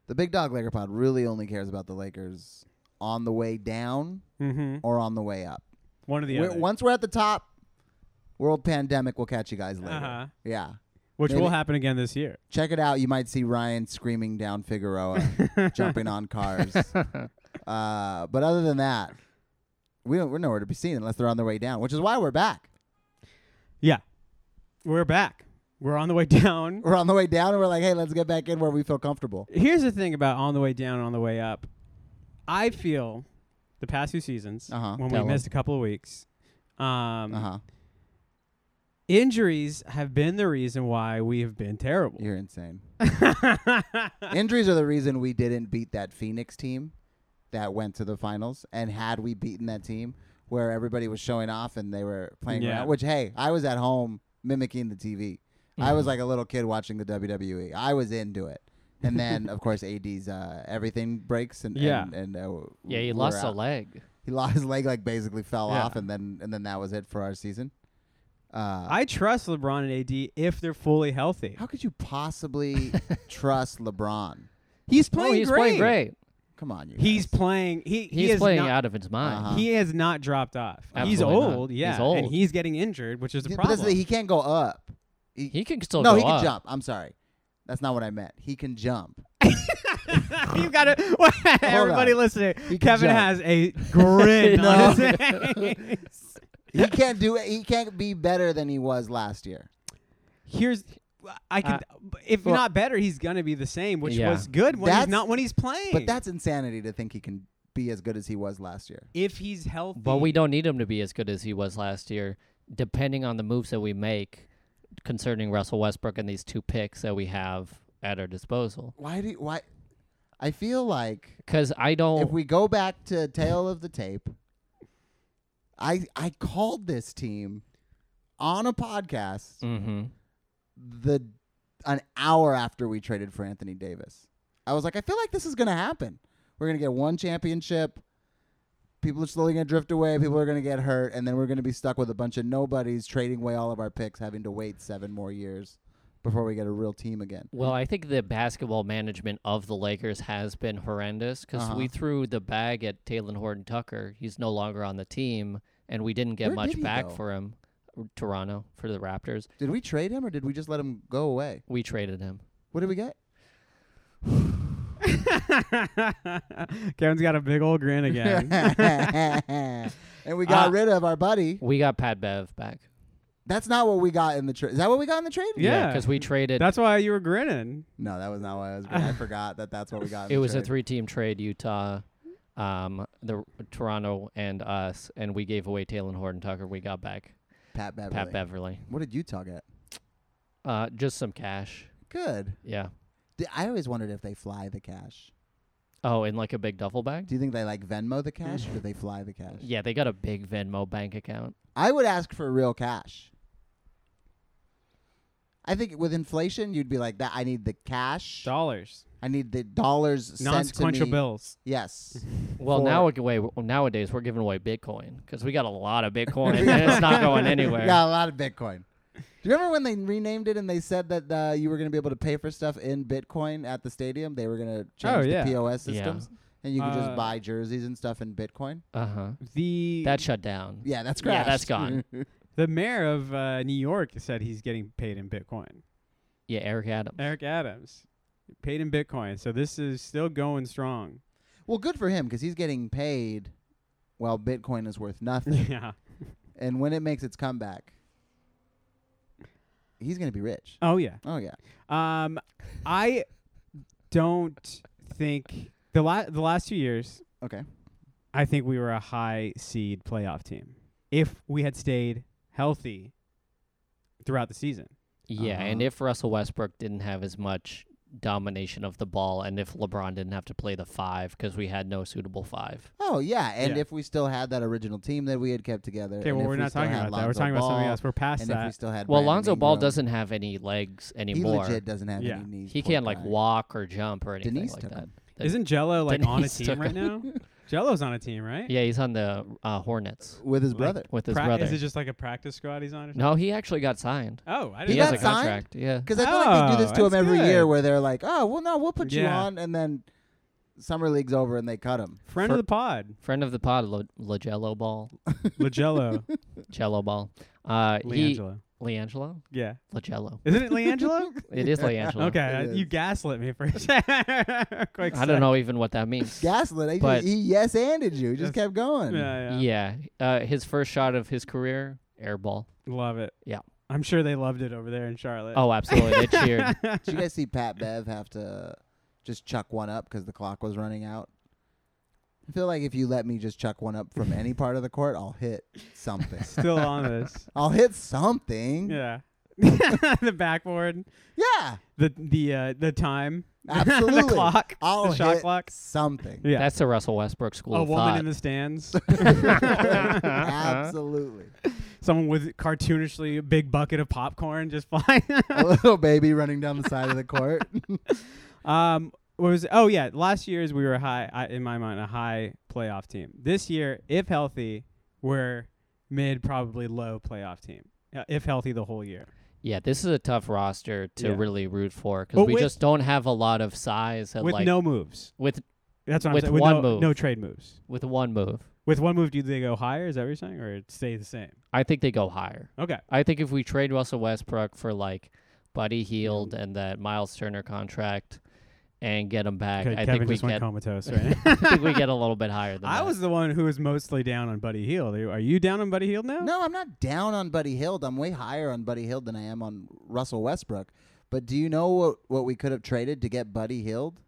Speaker 3: The Big Dog Laker Pod really only cares about the Lakers on the way down
Speaker 1: Mm-hmm.
Speaker 3: or on the way up.
Speaker 1: One of the
Speaker 3: We're-
Speaker 1: other.
Speaker 3: once we're at the top, world pandemic, we'll catch you guys later.
Speaker 1: Uh-huh.
Speaker 3: Yeah.
Speaker 1: which will
Speaker 3: maybe-
Speaker 1: happen again this year.
Speaker 3: Check it out. You might see Ryan screaming down Figueroa, jumping on cars. Uh, but other than that, we don't, we're nowhere to be seen unless they're on their way down, which is why we're back.
Speaker 1: Yeah, we're back. We're on the way down.
Speaker 3: We're on the way down and we're like, hey, let's get back in where we feel comfortable.
Speaker 1: Here's the thing about on the way down, and on the way up. I feel the past few seasons
Speaker 3: Uh-huh.
Speaker 1: when
Speaker 2: Tell
Speaker 1: we
Speaker 2: 'em. Uh-huh.
Speaker 1: missed a couple of weeks, um,
Speaker 3: Uh huh.
Speaker 1: injuries have been the reason why we have been terrible.
Speaker 3: You're insane. Injuries are the reason we didn't beat that Phoenix team that went to the finals. And had we beaten that team where everybody was showing off and they were playing
Speaker 1: Yeah.
Speaker 3: around, which, hey, I was at home mimicking the TV. I was
Speaker 2: Mhm.
Speaker 3: like a little kid watching the WWE. I was into it. And then, of course, AD's uh, everything breaks and
Speaker 1: Yeah.
Speaker 3: and, and uh,
Speaker 2: yeah, he
Speaker 3: we're
Speaker 2: lost a
Speaker 3: out.
Speaker 2: leg.
Speaker 3: He lost his leg, like basically fell
Speaker 1: Yeah.
Speaker 3: off, and then and then that was it for our season. Uh,
Speaker 1: I trust LeBron and AD if they're fully healthy.
Speaker 3: how could you possibly trust LeBron?
Speaker 1: He's
Speaker 2: oh, he's playing great.
Speaker 3: Come on, you.
Speaker 1: He's
Speaker 3: guys.
Speaker 1: playing. He he
Speaker 2: He's
Speaker 1: is
Speaker 2: playing
Speaker 1: not-
Speaker 2: out of his mind.
Speaker 3: Uh-huh.
Speaker 1: He has not dropped off. he's
Speaker 2: Absolutely not.
Speaker 1: old,
Speaker 2: He's
Speaker 1: yeah, and
Speaker 2: old.
Speaker 1: he's getting injured, which is a
Speaker 3: Yeah, but that's
Speaker 1: problem.
Speaker 3: the thing, he can't go up.
Speaker 2: He can still
Speaker 3: no,
Speaker 2: go
Speaker 3: he can
Speaker 2: up.
Speaker 3: jump. I'm sorry, that's not what I meant. He can jump.
Speaker 1: you got to everybody
Speaker 3: on.
Speaker 1: listening.
Speaker 3: He can
Speaker 1: Kevin
Speaker 3: jump.
Speaker 1: has a grin
Speaker 2: No.
Speaker 1: on his face.
Speaker 3: He can't do. it. He can't be better than he was last year.
Speaker 1: Here's I
Speaker 3: Uh,
Speaker 1: can if
Speaker 2: well-
Speaker 1: not better, he's gonna be the same, which
Speaker 2: Yeah.
Speaker 1: was good when he's
Speaker 3: That's-
Speaker 1: not when he's playing.
Speaker 3: But that's insanity to think he can be as good as he was last year.
Speaker 1: if he's healthy.
Speaker 2: But we don't need him to be as good as he was last year, depending on the moves that we make concerning Russell Westbrook and these two picks that we have at our disposal.
Speaker 3: Why do? You, why? I feel like
Speaker 2: Because I don't.
Speaker 3: if we go back to tail of the tape, I I called this team on a podcast
Speaker 1: Mm-hmm.
Speaker 2: Mhm.
Speaker 3: the an hour after we traded for Anthony Davis. I was like, I feel like this is gonna happen. We're gonna get one championship. People are slowly gonna drift away. People are gonna get hurt, and then we're gonna be stuck with a bunch of nobodies trading away all of our picks, having to wait seven more years before we get a real team again.
Speaker 2: Well, I think the basketball management of the Lakers has been horrendous because
Speaker 3: Uh-huh.
Speaker 2: we threw the bag at Taylor Horton Tucker. He's no longer on the team, and we didn't get
Speaker 3: Where
Speaker 2: much
Speaker 3: did he
Speaker 2: back
Speaker 3: go?
Speaker 2: for him. Toronto for the Raptors.
Speaker 3: Did we trade him, or did we just let him go away?
Speaker 2: We traded him.
Speaker 3: What did we get?
Speaker 1: Kevin's got a big old grin again.
Speaker 3: and we got
Speaker 2: Uh,
Speaker 3: rid of our buddy.
Speaker 2: We got Pat Bev back.
Speaker 3: That's not what we got in the trade. Is that what we got in the trade?
Speaker 1: Yeah.
Speaker 2: because we traded.
Speaker 1: that's why you were grinning.
Speaker 3: No, that was not what I was. I forgot that that's what we got. In
Speaker 2: it
Speaker 3: the
Speaker 2: was a
Speaker 3: trade.
Speaker 2: three-team trade: Utah, um, the R- Toronto, and us. And we gave away Taylor Horton Tucker. We got back
Speaker 3: Pat Beverly.
Speaker 2: Pat Beverly.
Speaker 3: What did Utah get?
Speaker 2: Uh, just some cash.
Speaker 3: Good.
Speaker 2: Yeah.
Speaker 3: D- I always wondered if they fly the cash.
Speaker 2: Oh, and like a big duffel bag.
Speaker 3: Do you think they like Venmo the cash or do they fly the cash?
Speaker 2: Yeah, they got a big Venmo bank account.
Speaker 3: I would ask for real cash. I think with inflation, you'd be like that. I need the cash.
Speaker 1: Dollars,
Speaker 3: I need the dollars. sent to
Speaker 1: non-sequential
Speaker 3: me."
Speaker 1: bills.
Speaker 3: Yes.
Speaker 2: Well,
Speaker 3: For-
Speaker 2: now we give away, nowadays we're giving away Bitcoin because we got a lot of Bitcoin and it's not going anywhere.
Speaker 3: Yeah, a lot of Bitcoin. Do you remember when they renamed it and they said that uh, you were going to be able to pay for stuff in Bitcoin at the stadium? They were going to change
Speaker 1: Oh, yeah.
Speaker 3: the POS
Speaker 2: Yeah.
Speaker 3: systems and you could
Speaker 1: Uh,
Speaker 3: just buy jerseys and stuff in Bitcoin.
Speaker 2: Uh huh.
Speaker 1: The
Speaker 2: That shut down.
Speaker 3: Yeah, that's crashed.
Speaker 2: Yeah, that's gone.
Speaker 1: the mayor of uh, New York said he's getting paid in Bitcoin.
Speaker 2: Yeah, Eric Adams.
Speaker 1: Eric Adams paid in Bitcoin, so this is still going strong.
Speaker 3: Well, good for him because he's getting paid while Bitcoin is worth nothing.
Speaker 1: yeah.
Speaker 3: and when it makes its comeback, he's going to be rich.
Speaker 1: Oh yeah.
Speaker 3: Oh, yeah.
Speaker 1: Um, I don't think the la- the last two years.
Speaker 3: Okay.
Speaker 1: I think we were a high seed playoff team if we had stayed healthy throughout the season.
Speaker 2: Yeah, and
Speaker 3: Uh-huh.
Speaker 2: if Russell Westbrook didn't have as much domination of the ball, and if LeBron didn't have to play the five because we had no suitable five.
Speaker 3: Oh, yeah. And
Speaker 1: Yeah.
Speaker 3: if we still had that original team that we had kept together.
Speaker 1: Okay,
Speaker 3: and
Speaker 1: well
Speaker 3: if
Speaker 1: we're
Speaker 3: we
Speaker 1: not
Speaker 3: still
Speaker 1: talking
Speaker 3: had
Speaker 1: about that. We're
Speaker 3: Lonzo
Speaker 1: talking about something
Speaker 3: Ball,
Speaker 1: else. We're past
Speaker 3: And if we
Speaker 1: that.
Speaker 3: still had
Speaker 2: well,
Speaker 3: Brandon
Speaker 2: Lonzo Ball
Speaker 3: Ingram,
Speaker 2: doesn't have any legs
Speaker 3: He
Speaker 2: anymore.
Speaker 3: legit doesn't have
Speaker 1: Yeah.
Speaker 3: any knees.
Speaker 2: he
Speaker 3: poor
Speaker 2: can't like
Speaker 3: guy.
Speaker 2: walk or jump or anything
Speaker 3: Denise
Speaker 2: like
Speaker 3: took
Speaker 2: that.
Speaker 3: him.
Speaker 2: that-
Speaker 1: Isn't Jello like on a
Speaker 2: Denise
Speaker 1: team
Speaker 2: took
Speaker 1: right now? Jello's on a team, right?
Speaker 2: Yeah, he's on the uh, Hornets
Speaker 3: with his
Speaker 1: Like,
Speaker 3: brother.
Speaker 2: with his
Speaker 1: Pra-
Speaker 2: brother.
Speaker 1: Is it just like a practice squad he's on? Or
Speaker 2: no, he actually got signed.
Speaker 1: something? Oh, I
Speaker 3: He
Speaker 1: didn't.
Speaker 2: he
Speaker 1: know
Speaker 2: has a
Speaker 1: that.
Speaker 3: got signed?
Speaker 2: contract. Yeah.
Speaker 3: Because I feel like they do
Speaker 1: Oh,
Speaker 3: this to him
Speaker 1: that's
Speaker 3: every
Speaker 1: good.
Speaker 3: year, where they're like, "Oh, well, no, we'll put you
Speaker 1: Yeah.
Speaker 3: on," and then summer league's over and they cut him.
Speaker 1: Friend
Speaker 2: For-
Speaker 1: of the pod,
Speaker 2: Friend of the pod, Lo- Logello Ball,
Speaker 1: Lagello,
Speaker 2: Cello Ball. Uh, he,
Speaker 1: Leangelo.
Speaker 2: Leangelo?
Speaker 1: Yeah,
Speaker 2: Logello.
Speaker 1: isn't it Leangelo?
Speaker 2: It is Leangelo.
Speaker 1: okay,
Speaker 3: It
Speaker 1: I- you
Speaker 3: is.
Speaker 1: gaslit me for a second. Quick
Speaker 2: I don't know even what that means.
Speaker 3: Gaslit. He,
Speaker 2: But-
Speaker 3: he yes anded you. He just
Speaker 1: Yes.
Speaker 3: kept going.
Speaker 1: sec. Yeah, yeah,
Speaker 2: Yeah. Uh, his first shot of his career, air ball.
Speaker 1: love it.
Speaker 2: Yeah.
Speaker 1: I'm sure they loved it over there in Charlotte.
Speaker 2: Oh, absolutely. They cheered.
Speaker 3: Did you guys see Pat Bev have to just chuck one up because the clock was running out? I feel like if you let me just chuck one up from any part of the court, I'll hit something.
Speaker 1: still on this.
Speaker 3: I'll hit something. Yeah,
Speaker 1: Yeah, the backboard, the the uh, the time,
Speaker 3: absolutely.
Speaker 1: the clock,
Speaker 3: I'll
Speaker 1: the shot
Speaker 3: hit
Speaker 1: clock.
Speaker 3: something.
Speaker 1: Yeah.
Speaker 2: That's the Russell Westbrook school
Speaker 1: a
Speaker 2: of
Speaker 1: woman
Speaker 2: thought.
Speaker 1: in the stands.
Speaker 3: absolutely.
Speaker 1: Someone with cartoonishly a big bucket of popcorn just flying.
Speaker 3: A little baby running down the side of the court.
Speaker 1: um, what was? Oh yeah, last year's we were high I, in my mind a high playoff team. This year, if healthy, we're mid probably low playoff team. Uh, if healthy the whole year.
Speaker 2: yeah, this is a tough roster to
Speaker 1: Yeah.
Speaker 2: really root for because
Speaker 1: But
Speaker 2: we
Speaker 1: with-
Speaker 2: just don't have a lot of size. At
Speaker 1: with
Speaker 2: like,
Speaker 1: no moves.
Speaker 2: with
Speaker 1: That's what
Speaker 2: with
Speaker 1: I'm saying. With
Speaker 2: one
Speaker 1: no,
Speaker 2: move.
Speaker 1: no trade moves.
Speaker 2: with one move,
Speaker 1: With one move, do they go higher? Is that what you're saying, or it stay the same?
Speaker 2: I think they go higher.
Speaker 1: Okay.
Speaker 2: I think if we trade Russell Westbrook for like Buddy Heald and that Miles Turner contract and get him back,
Speaker 1: Okay,
Speaker 2: I
Speaker 1: Kevin
Speaker 2: think we
Speaker 1: just went
Speaker 2: get
Speaker 1: comatose. Right?
Speaker 2: I think we get a little bit higher than
Speaker 1: I
Speaker 2: that.
Speaker 1: was the one who was mostly down on Buddy Heald. Are you- Are you down on Buddy Heald now?
Speaker 3: No, I'm not down on Buddy Hield. I'm way higher on Buddy Hield than I am on Russell Westbrook. But do you know what, what we could have traded to get Buddy Hield?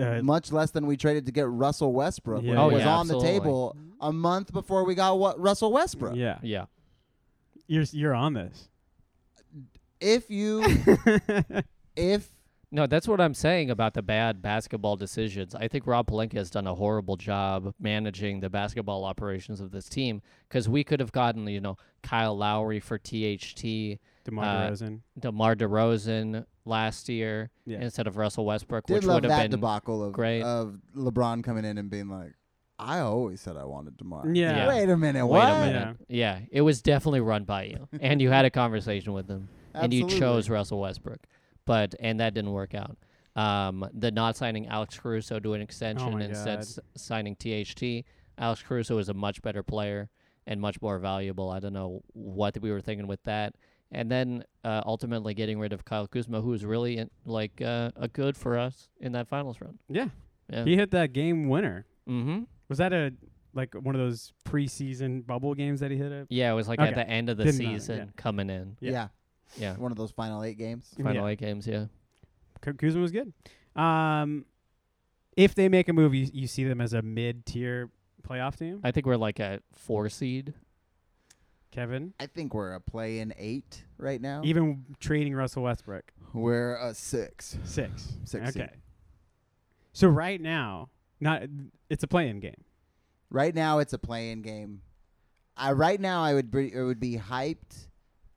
Speaker 1: Uh,
Speaker 3: Much less than we traded to get Russell Westbrook. when
Speaker 1: Yeah.
Speaker 3: it
Speaker 1: Oh,
Speaker 3: was
Speaker 2: yeah,
Speaker 3: on
Speaker 2: absolutely.
Speaker 3: the table a month before we got what Russell Westbrook.
Speaker 1: yeah,
Speaker 2: yeah.
Speaker 1: you're you're on this.
Speaker 3: If you
Speaker 2: Uh,
Speaker 3: if
Speaker 2: No, that's what I'm saying about the bad basketball decisions. I think Rob Palenka has done a horrible job managing the basketball operations of this team because we could have gotten, you know, Kyle Lowry for THT,
Speaker 1: DeMar
Speaker 2: Uh,
Speaker 1: DeRozan.
Speaker 2: DeMar DeRozan last year
Speaker 1: Yeah.
Speaker 2: instead of Russell Westbrook,
Speaker 3: did
Speaker 2: which
Speaker 3: love
Speaker 2: would have
Speaker 3: that
Speaker 2: been
Speaker 3: debacle of
Speaker 2: great.
Speaker 3: of LeBron coming in and being like, I always said I wanted DeMar.
Speaker 1: Yeah.
Speaker 3: Wait a minute,
Speaker 2: Wait
Speaker 3: what?
Speaker 2: a minute. Yeah. it was definitely run by you, and you had a conversation with him, and you
Speaker 3: Absolutely.
Speaker 2: chose Russell Westbrook, but and that didn't work out. Um, the not signing Alex Caruso to an extension
Speaker 1: Oh my
Speaker 2: instead
Speaker 1: God.
Speaker 2: s- signing THT. Alex Caruso is a much better player and much more valuable. I don't know what we were thinking with that. And then uh, ultimately getting rid of Kyle Kuzma, who was really in, like uh, a good for us in that finals round.
Speaker 1: Yeah.
Speaker 2: Yeah.
Speaker 1: he hit that game winner.
Speaker 2: Mm-hmm.
Speaker 1: Was that a like one of those preseason bubble games that he hit? A,
Speaker 2: Yeah, it was like at
Speaker 1: Okay.
Speaker 2: the end of the
Speaker 1: Didn't matter, yeah.
Speaker 2: season coming in.
Speaker 1: Yeah.
Speaker 3: Yeah.
Speaker 2: Yeah.
Speaker 3: One of those final eight games.
Speaker 1: Yeah.
Speaker 2: Final eight games. Yeah.
Speaker 1: Ku- Kuzma was good. Um, if they make a move, you, you see them as a mid tier playoff team.
Speaker 2: I think we're like a four seed.
Speaker 1: Kevin,
Speaker 3: I think we're a play in eight right now.
Speaker 1: even trading Russell Westbrook,
Speaker 3: We're a six.
Speaker 1: six,
Speaker 3: Six seed.
Speaker 1: Okay. So right now, not it's a play-in game.
Speaker 3: Right now, it's a play-in game. I right now I would be, it would be hyped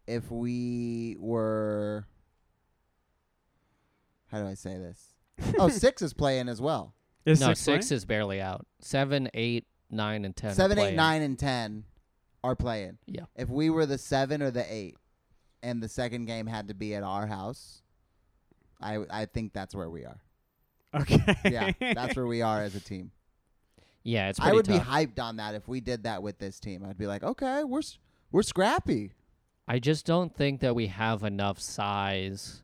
Speaker 3: if we were. How do I say this? oh, six is playing as well.
Speaker 1: Is
Speaker 2: no,
Speaker 1: six,
Speaker 2: six
Speaker 1: playing?
Speaker 2: is barely out. Seven, eight, nine, and ten. are
Speaker 3: Seven, eight,
Speaker 2: playing.
Speaker 3: nine, and ten are playing.
Speaker 2: Yeah.
Speaker 3: If we were the seven or the eight, and the second game had to be at our house, I I think that's where we are.
Speaker 1: okay.
Speaker 3: Yeah, that's where we are as a team.
Speaker 2: Yeah, it's pretty
Speaker 3: I would
Speaker 2: tough.
Speaker 3: be hyped on that if we did that with this team. I'd be like, okay, we're s- we're scrappy.
Speaker 2: I just don't think that we have enough size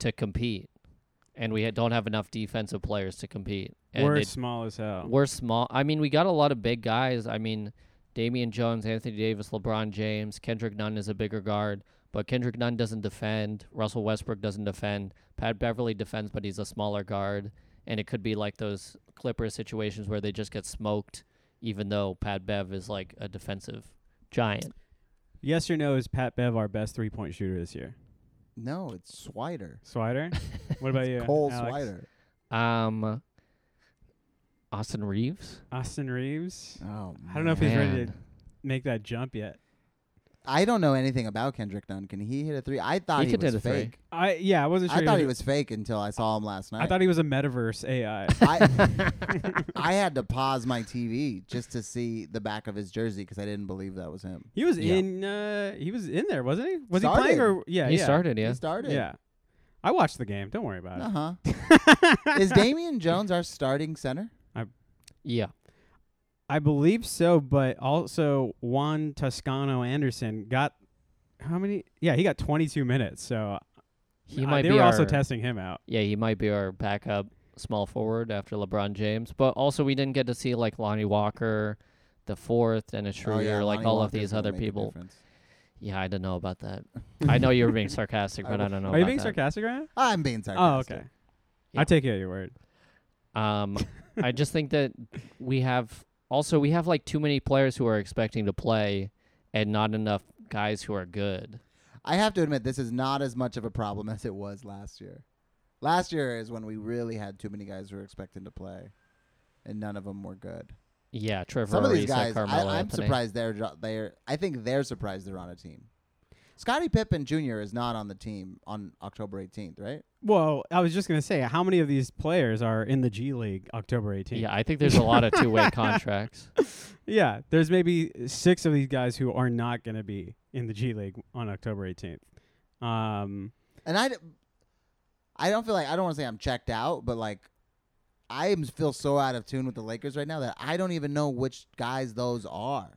Speaker 2: to compete, and we ha- don't have enough defensive players to compete. And
Speaker 1: We're
Speaker 2: it-
Speaker 1: small as hell.
Speaker 2: we're small. I mean, we got a lot of big guys. I mean, Damian Jones, Anthony Davis, LeBron James, Kendrick Nunn is a bigger guard, but Kendrick Nunn doesn't defend. Russell Westbrook doesn't defend. Pat Beverly defends, but he's a smaller guard. And it could be like those Clippers situations where they just get smoked, even though Pat Bev is like a defensive giant.
Speaker 1: yes or no? Is Pat Bev our best three-point shooter this year?
Speaker 3: No, it's Swider.
Speaker 1: Swider. What about you?
Speaker 3: Cole
Speaker 1: Alex?
Speaker 3: Swider.
Speaker 2: Um, Austin Reeves.
Speaker 1: Austin Reeves.
Speaker 3: Oh,
Speaker 1: I don't know if he's ready to
Speaker 2: Man.
Speaker 1: make that jump yet.
Speaker 3: I don't know anything about Kendrick Dunn. Can he hit a three? I thought
Speaker 2: He
Speaker 3: he,
Speaker 2: could
Speaker 3: was
Speaker 2: hit a three.
Speaker 3: fake.
Speaker 1: I yeah, I wasn't sure.
Speaker 3: I thought he was fake until I saw him last night.
Speaker 1: I thought he was a metaverse AI.
Speaker 3: I, I had to pause my TV just to see the back of his jersey because I didn't believe that was him.
Speaker 1: he was
Speaker 2: Yeah.
Speaker 1: in. Uh, he was in there, wasn't he? Was he
Speaker 3: Started.
Speaker 1: playing or yeah?
Speaker 2: he
Speaker 1: yeah.
Speaker 2: started, yeah.
Speaker 3: He started.
Speaker 1: Yeah. I watched the game. Don't worry about
Speaker 3: Uh huh. Uh-huh. Is Damian Jones our starting center?
Speaker 2: Yeah.
Speaker 1: it. I believe so, but also Juan Toscano Anderson got how many? Yeah, he got 22 minutes. So
Speaker 2: He
Speaker 1: uh,
Speaker 2: might
Speaker 1: they
Speaker 2: be
Speaker 1: were also
Speaker 2: our-
Speaker 1: testing him out.
Speaker 2: Yeah, he might be our backup small forward after LeBron James. But also, we didn't get to see like Lonnie Walker, the fourth, and a Schroeder, like
Speaker 3: Oh, Lonnie
Speaker 2: all
Speaker 3: Walker's
Speaker 2: of these
Speaker 3: gonna
Speaker 2: other
Speaker 3: make a
Speaker 2: people.
Speaker 3: difference.
Speaker 2: Yeah, I don't know about that. I know you were being sarcastic,
Speaker 3: I
Speaker 2: but I,
Speaker 3: was-
Speaker 2: don't know.
Speaker 1: Are you
Speaker 2: about
Speaker 1: being
Speaker 2: that.
Speaker 1: sarcastic right now?
Speaker 3: I'm being
Speaker 1: Oh,
Speaker 3: sarcastic.
Speaker 1: okay.
Speaker 2: Yeah.
Speaker 1: I take you at your word.
Speaker 2: Um, I just think that we have also we have like too many players who are expecting to play, and not enough guys who are good.
Speaker 3: I have to admit, this is not as much of a problem as it was last year. Last year is when we really had too many guys who were expecting to play, and none of them were good.
Speaker 2: Yeah, Trevor
Speaker 3: Some of these
Speaker 2: Ariza,
Speaker 3: guys, I,
Speaker 2: Carmelo
Speaker 3: I'm
Speaker 2: Anthony.
Speaker 3: surprised they're jo- they're. I think they're surprised they're on a team. Scottie Pippen Jr. is not on the team on October 18th, right?
Speaker 1: Well, I was just gonna say, how many of these players are in the G League October 18th?
Speaker 2: Yeah, I think there's a lot of two-way contracts.
Speaker 1: Yeah, there's maybe six of these guys who are not going to be in the G League on October 18th. Um,
Speaker 3: And I, d- I don't feel like I don't want to say I'm checked out, but like, I am- feel so out of tune with the Lakers right now that I don't even know which guys those are.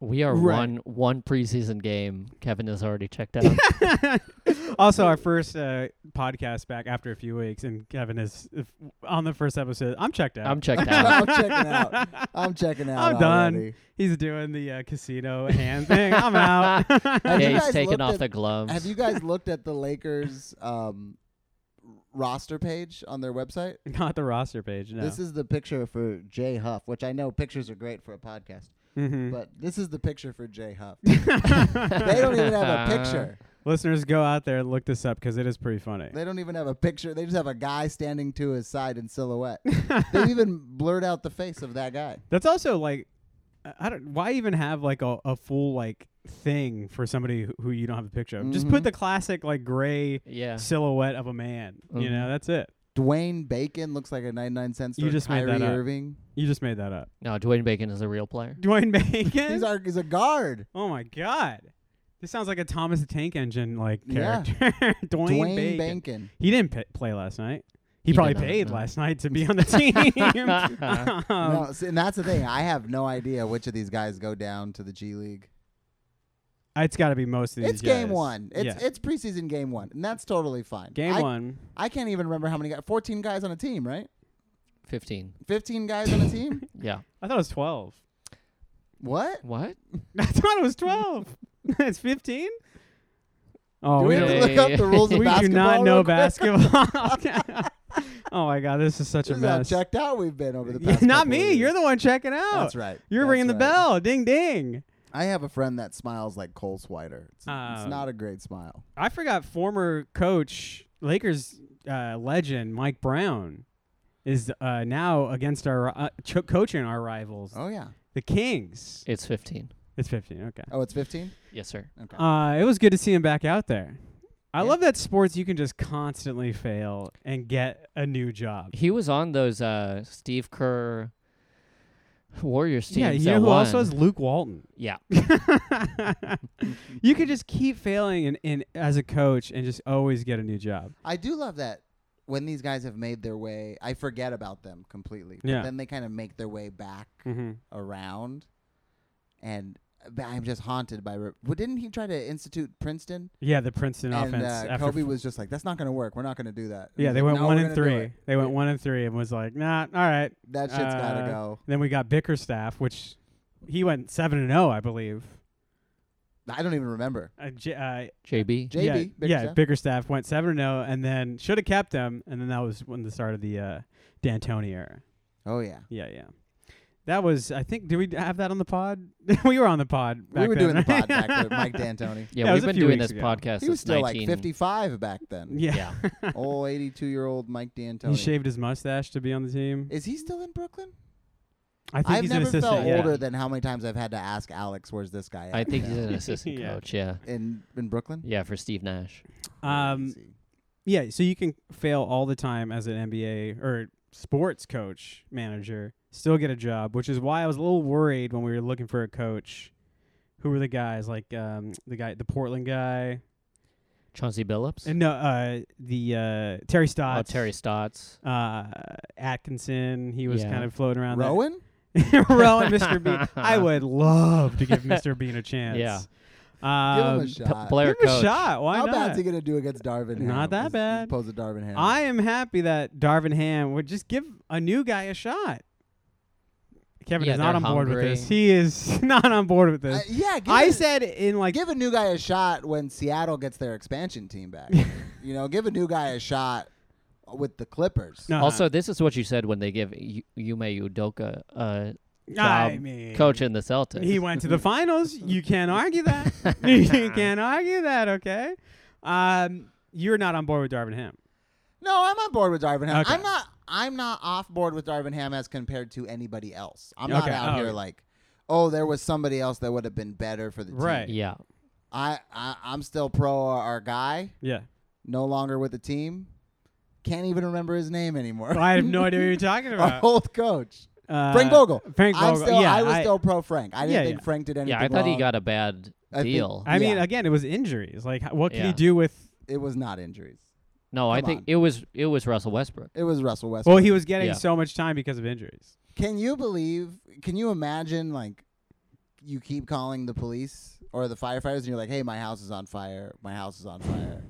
Speaker 2: We are
Speaker 1: Right.
Speaker 2: one one preseason game. Kevin has already checked out.
Speaker 1: also, our first uh, podcast back after a few weeks, and Kevin is if, on the first episode. I'm checked out.
Speaker 2: I'm checked out.
Speaker 3: I'm checking out. I'm checking out.
Speaker 1: I'm done.
Speaker 3: already.
Speaker 1: He's doing the uh, casino hand thing. I'm out.
Speaker 3: Have you
Speaker 2: yeah, he's
Speaker 3: guys
Speaker 2: taking
Speaker 3: looked
Speaker 2: off
Speaker 3: at-
Speaker 2: the gloves.
Speaker 3: Have you guys looked at the Lakers um, roster page on their website?
Speaker 1: not the roster page. No.
Speaker 3: This is the picture for Jay Huff, which I know pictures are great for a podcast,
Speaker 1: Mhm.
Speaker 3: but this is the picture for Jay Huff. they don't even have a picture.
Speaker 1: Listeners, go out there and look this up because it is pretty funny.
Speaker 3: They don't even have a picture. They just have a guy standing to his side in silhouette. they even blurred out the face of that guy.
Speaker 1: That's also like, I- I don't. Why even have like a, a full like thing for somebody who, who you don't have a picture of? Just
Speaker 3: Mhm.
Speaker 1: put the classic like gray
Speaker 2: yeah.
Speaker 1: silhouette of a man. You know,
Speaker 3: Mm-hmm.
Speaker 2: Mhm.
Speaker 1: that's it.
Speaker 3: Dwayne Bacon looks like a 99 cent store.
Speaker 1: You just made
Speaker 3: Kyrie
Speaker 1: that up.
Speaker 3: Irving.
Speaker 1: You just made that up.
Speaker 2: No, Dwayne Bacon is a real player.
Speaker 1: Dwayne Bacon.
Speaker 3: He's, our, he's a guard.
Speaker 1: oh my god, this sounds like a Thomas the Tank Engine like
Speaker 3: Yeah.
Speaker 1: character. Dwayne,
Speaker 3: Dwayne
Speaker 1: Bacon.
Speaker 3: Bacon.
Speaker 1: He didn't pa- play last night. He,
Speaker 2: He did
Speaker 1: probably
Speaker 2: not,
Speaker 1: paid
Speaker 2: no.
Speaker 1: last night to be on the team. Um,
Speaker 3: no, see, and that's the thing. I have no idea which of these guys go down to the G League.
Speaker 1: It's got to be most of these.
Speaker 3: It's game
Speaker 1: guys.
Speaker 3: one. It's
Speaker 1: yeah.
Speaker 3: it's preseason game one, and that's totally fine.
Speaker 1: game
Speaker 3: I,
Speaker 1: one.
Speaker 3: I can't even remember how many guys. Fourteen guys on a team, right?
Speaker 2: Fifteen.
Speaker 3: Fifteen guys on a team.
Speaker 2: Yeah.
Speaker 1: I thought it was twelve.
Speaker 3: What?
Speaker 2: What?
Speaker 1: I thought it was 12. it's 15? Oh,
Speaker 3: do
Speaker 1: we,
Speaker 3: we have to
Speaker 2: don't-
Speaker 1: don't,
Speaker 3: look up the rules of
Speaker 1: we do
Speaker 3: basketball?
Speaker 1: not know
Speaker 3: real quick?
Speaker 1: basketball. oh my god, this is such
Speaker 3: This
Speaker 1: a
Speaker 3: is how
Speaker 1: mess.
Speaker 3: checked out we've been over the
Speaker 1: Yeah,
Speaker 3: past.
Speaker 1: not
Speaker 3: couple
Speaker 1: me.
Speaker 3: of
Speaker 1: You're
Speaker 3: years.
Speaker 1: the one checking out.
Speaker 3: That's right.
Speaker 1: You're
Speaker 3: That's
Speaker 1: ringing the
Speaker 3: right.
Speaker 1: bell. Ding ding.
Speaker 3: I have a friend that smiles like Cole Swider. It's, it's
Speaker 1: Um,
Speaker 3: not a great smile.
Speaker 1: I forgot former coach Lakers uh, legend Mike Brown is uh, now against our uh, cho- coaching our rivals,
Speaker 3: Oh yeah.
Speaker 1: the Kings.
Speaker 2: It's fifteen.
Speaker 1: It's 15. Okay.
Speaker 3: Oh, it's fifteen.
Speaker 2: Yes, sir.
Speaker 3: Okay.
Speaker 1: Uh, it was good to see him back out there. I
Speaker 3: Yeah.
Speaker 1: love that sports you can just constantly fail and get a new job.
Speaker 2: He was on those uh, Steve Kerr Warriors teams.
Speaker 1: Yeah, you
Speaker 2: that
Speaker 1: know who
Speaker 2: won.
Speaker 1: also has Luke Walton.
Speaker 2: Yeah.
Speaker 1: you can just keep failing and, and as a coach and just always get a new job.
Speaker 3: I do love that when these guys have made their way, I forget about them completely. But
Speaker 1: Yeah.
Speaker 3: Then they kind of make their way back
Speaker 1: Mm-hmm.
Speaker 3: around, and but I'm just haunted by. Re- well, didn't he try to institute Princeton?
Speaker 1: Yeah, the Princeton
Speaker 3: and
Speaker 1: offense.
Speaker 3: uh,
Speaker 1: after
Speaker 3: Kobe
Speaker 1: f-
Speaker 3: was just like, "That's not going to work. We're not going to do that." And
Speaker 1: yeah,
Speaker 3: he's
Speaker 1: they
Speaker 3: like,
Speaker 1: went
Speaker 3: "No,
Speaker 1: one
Speaker 3: we're
Speaker 1: and
Speaker 3: gonna do
Speaker 1: three.
Speaker 3: it.
Speaker 1: They went
Speaker 3: Yeah.
Speaker 1: one and three and was like, nah, all right.
Speaker 3: That shit's got
Speaker 1: Uh,
Speaker 3: to go.
Speaker 1: Then we got Bickerstaff, which he went seven and zero, I believe.
Speaker 3: I don't even remember.
Speaker 1: Uh, J- uh,
Speaker 2: JB.
Speaker 3: JB,
Speaker 1: yeah, yeah,
Speaker 3: Bickerstaff.
Speaker 1: Bickerstaff went seven and zero, and then should have kept him, and then that was when the start of the uh, D'Antoni era.
Speaker 3: Oh yeah,
Speaker 1: Yeah, yeah. That was, I think, did we have that on the pod? we were on the pod. Back
Speaker 3: we were
Speaker 1: then,
Speaker 3: doing the
Speaker 1: right?
Speaker 3: pod back there, Mike D'Antoni.
Speaker 2: Yeah,
Speaker 1: Yeah, it was
Speaker 2: we've
Speaker 1: a
Speaker 2: been
Speaker 1: few
Speaker 2: doing
Speaker 1: weeks
Speaker 2: this
Speaker 1: ago.
Speaker 2: podcast
Speaker 3: He
Speaker 2: since
Speaker 3: was still
Speaker 2: 19.
Speaker 3: like 55 back then.
Speaker 1: Yeah,
Speaker 2: Yeah.
Speaker 3: Old 82 year old Mike D'Antoni.
Speaker 1: he shaved his mustache to be on the team.
Speaker 3: Is he still in Brooklyn?
Speaker 1: I think
Speaker 3: I've
Speaker 1: he's an
Speaker 3: never
Speaker 1: assistant.
Speaker 3: felt
Speaker 1: yeah.
Speaker 3: older than how many times I've had to ask Alex, "Where's this guy?"
Speaker 2: I
Speaker 3: at
Speaker 2: think
Speaker 3: now?"
Speaker 2: he's an assistant
Speaker 1: Yeah.
Speaker 2: coach. Yeah.
Speaker 3: in in Brooklyn.
Speaker 2: Yeah, for Steve Nash.
Speaker 1: Um,
Speaker 3: Crazy.
Speaker 1: yeah, so you can fail all the time as an NBA or sports coach manager, still get a job, which is why I was a little worried when we were looking for a coach. Who were the guys? Like um, the guy, the Portland guy.
Speaker 2: Chauncey Billups.
Speaker 1: And no, uh, the uh, Terry
Speaker 2: oh,
Speaker 1: Stotts.
Speaker 2: Terry Stotts.
Speaker 1: Uh, Atkinson. He was
Speaker 2: Yeah.
Speaker 1: kind of floating around. there.
Speaker 3: Rowan?
Speaker 1: Rowan, Mr. Bean. I would love to give Mr. Bean a chance.
Speaker 2: Yeah.
Speaker 3: Give
Speaker 1: Um,
Speaker 3: him a
Speaker 2: P-
Speaker 3: shot.
Speaker 2: player
Speaker 1: give him
Speaker 2: coach.
Speaker 1: a shot. Why
Speaker 3: How bad's
Speaker 1: not?
Speaker 3: he gonna do against Darvin? Ham?
Speaker 1: Not that
Speaker 3: Just- just
Speaker 1: bad.
Speaker 3: Pose a Darvin Ham.
Speaker 1: I am happy that Darvin Ham would just give a new guy a shot. Kevin
Speaker 2: Yeah,
Speaker 1: is not
Speaker 2: they're
Speaker 1: on board with this.
Speaker 2: hungry.
Speaker 1: He is not on board with
Speaker 3: Uh,
Speaker 1: this.
Speaker 3: yeah, give
Speaker 1: I
Speaker 3: it-
Speaker 1: said in like
Speaker 3: give a new guy a shot when Seattle gets their expansion team back. you know, give a new guy a shot with the Clippers.
Speaker 1: no,
Speaker 2: Also, this is what you said when they give Y- Yume Udoka uh,
Speaker 1: I
Speaker 2: job
Speaker 1: mean,
Speaker 2: coach in the Celtics.
Speaker 1: He went to the finals. You can't argue that. you can't argue that. Okay. Um, you're not on board with Darvin Ham.
Speaker 3: No, I'm on board with Darvin Ham.
Speaker 1: Okay.
Speaker 3: I'm not. I'm not off board with Darvin Ham as compared to anybody else. I'm not
Speaker 1: Okay,
Speaker 3: out
Speaker 1: oh,
Speaker 3: here
Speaker 1: yeah.
Speaker 3: like, oh, there was somebody else that would have been better for the team.
Speaker 1: Right.
Speaker 2: yeah.
Speaker 3: I, I I'm still pro our guy.
Speaker 1: Yeah.
Speaker 3: No longer with the team. Can't even remember his name anymore.
Speaker 1: Well, I have no idea what you're talking
Speaker 3: our
Speaker 1: about.
Speaker 3: old coach,
Speaker 1: Uh,
Speaker 3: Oh, Frank Vogel.
Speaker 1: Frank
Speaker 3: I'm
Speaker 1: Vogel.
Speaker 3: still,
Speaker 1: yeah.
Speaker 3: I was still pro Frank. I didn't
Speaker 1: Yeah,
Speaker 3: think
Speaker 1: yeah.
Speaker 3: Frank did anything
Speaker 2: Yeah, I thought he
Speaker 3: wrong.
Speaker 2: got a bad
Speaker 3: I think-
Speaker 2: deal.
Speaker 1: I mean,
Speaker 3: yeah.
Speaker 1: again, it was injuries. Like, h- what could he
Speaker 2: Yeah.
Speaker 1: do with?
Speaker 3: It was not injuries.
Speaker 2: no, I
Speaker 3: come
Speaker 2: think
Speaker 3: on.
Speaker 2: it was it was Russell Westbrook.
Speaker 3: It was Russell Westbrook.
Speaker 1: Well, he was getting
Speaker 2: Yeah.
Speaker 1: so much time because of injuries.
Speaker 3: Can you believe? Can you imagine like you keep calling the police or the firefighters and you're like, "Hey, my house is on fire. My house is on fire.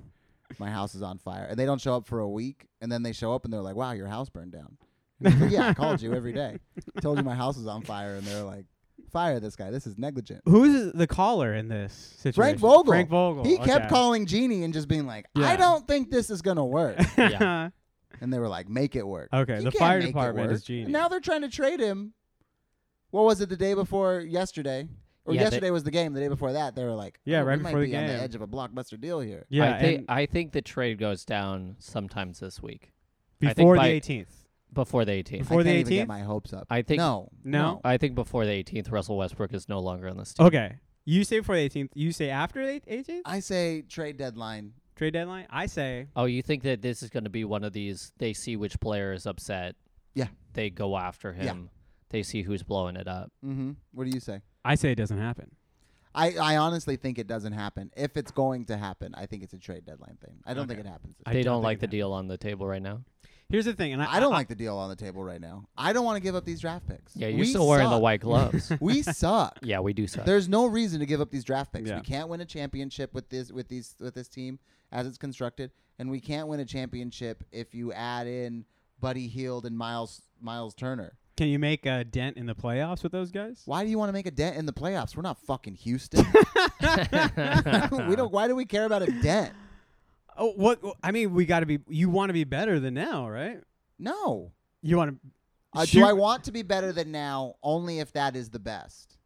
Speaker 3: My house is on fire." And they don't show up for a week, and then they show up and they're like, "Wow, your house burned down." And you're like, yeah, I called you every day. Told you my house was on fire, and they're like, "Fire this guy. This is negligent."
Speaker 1: Who's the caller in this situation?
Speaker 3: Frank Vogel.
Speaker 1: Frank Vogel.
Speaker 3: He kept
Speaker 1: okay.
Speaker 3: calling Jeannie and just being like,
Speaker 1: Yeah.
Speaker 3: "I don't think this is gonna work."
Speaker 2: Yeah.
Speaker 3: and they were like, "Make it work."
Speaker 1: okay.
Speaker 3: You
Speaker 1: the
Speaker 3: can't
Speaker 1: fire
Speaker 3: make it
Speaker 1: department is
Speaker 3: work.
Speaker 1: genius.
Speaker 3: Now they're trying to trade him. What was it the day before yesterday? Or
Speaker 2: Yeah, they-
Speaker 3: yesterday was the game. The day before that, they were like,
Speaker 1: Yeah,
Speaker 3: oh,
Speaker 1: right
Speaker 3: we might
Speaker 1: before the
Speaker 3: be on the
Speaker 1: game.
Speaker 3: edge of a blockbuster deal here."
Speaker 1: yeah.
Speaker 2: I think
Speaker 1: and
Speaker 2: I think the trade goes down sometimes this week I think
Speaker 1: before the
Speaker 2: by-
Speaker 1: 18th.
Speaker 2: before the 18th.
Speaker 1: Before
Speaker 3: I
Speaker 1: the
Speaker 3: can't even get
Speaker 1: 18th?
Speaker 3: my hopes up.
Speaker 2: I think
Speaker 3: no,
Speaker 1: No?
Speaker 2: I think before the 18th, Russell Westbrook is no longer on this team.
Speaker 1: Okay. You say before the 18th. You say after the 18th
Speaker 3: I say trade deadline.
Speaker 1: trade deadline. I say
Speaker 2: Oh, you think that this is going to be one of these? They see which player is upset.
Speaker 3: Yeah.
Speaker 2: They go after him. They see who's blowing it up.
Speaker 3: Mm-hmm. What do you say?
Speaker 1: I say it doesn't happen.
Speaker 3: I, I honestly think it doesn't happen. If it's going to happen, I think it's a trade deadline thing. I don't
Speaker 1: Okay.
Speaker 3: think it happens.
Speaker 1: I
Speaker 2: they
Speaker 1: don't
Speaker 2: don't,
Speaker 1: think
Speaker 2: like
Speaker 1: it
Speaker 2: the
Speaker 1: happened.
Speaker 2: deal on the table right now.
Speaker 1: Here's the thing, and I,
Speaker 3: I don't like the deal on the table right now. I don't want to give up these draft picks.
Speaker 2: Yeah, you're
Speaker 3: We
Speaker 2: still wearing the
Speaker 3: suck.
Speaker 2: white gloves.
Speaker 3: We suck.
Speaker 2: yeah, we do suck.
Speaker 3: There's no reason to give up these draft picks.
Speaker 1: Yeah.
Speaker 3: We can't win a championship with this with these with this team as it's constructed, and we can't win a championship if you add in Buddy Heald and Miles Miles Turner.
Speaker 1: Can you make a dent in the playoffs with those guys?
Speaker 3: Why do you want to make a dent in the playoffs? We're not fucking Houston. we don't. Why do we care about a dent?
Speaker 1: Oh, what? I mean, we got to be. You want to be better than now, right?
Speaker 3: No.
Speaker 1: You want to.
Speaker 3: Uh, do I want to be better than now? Only if that is the best.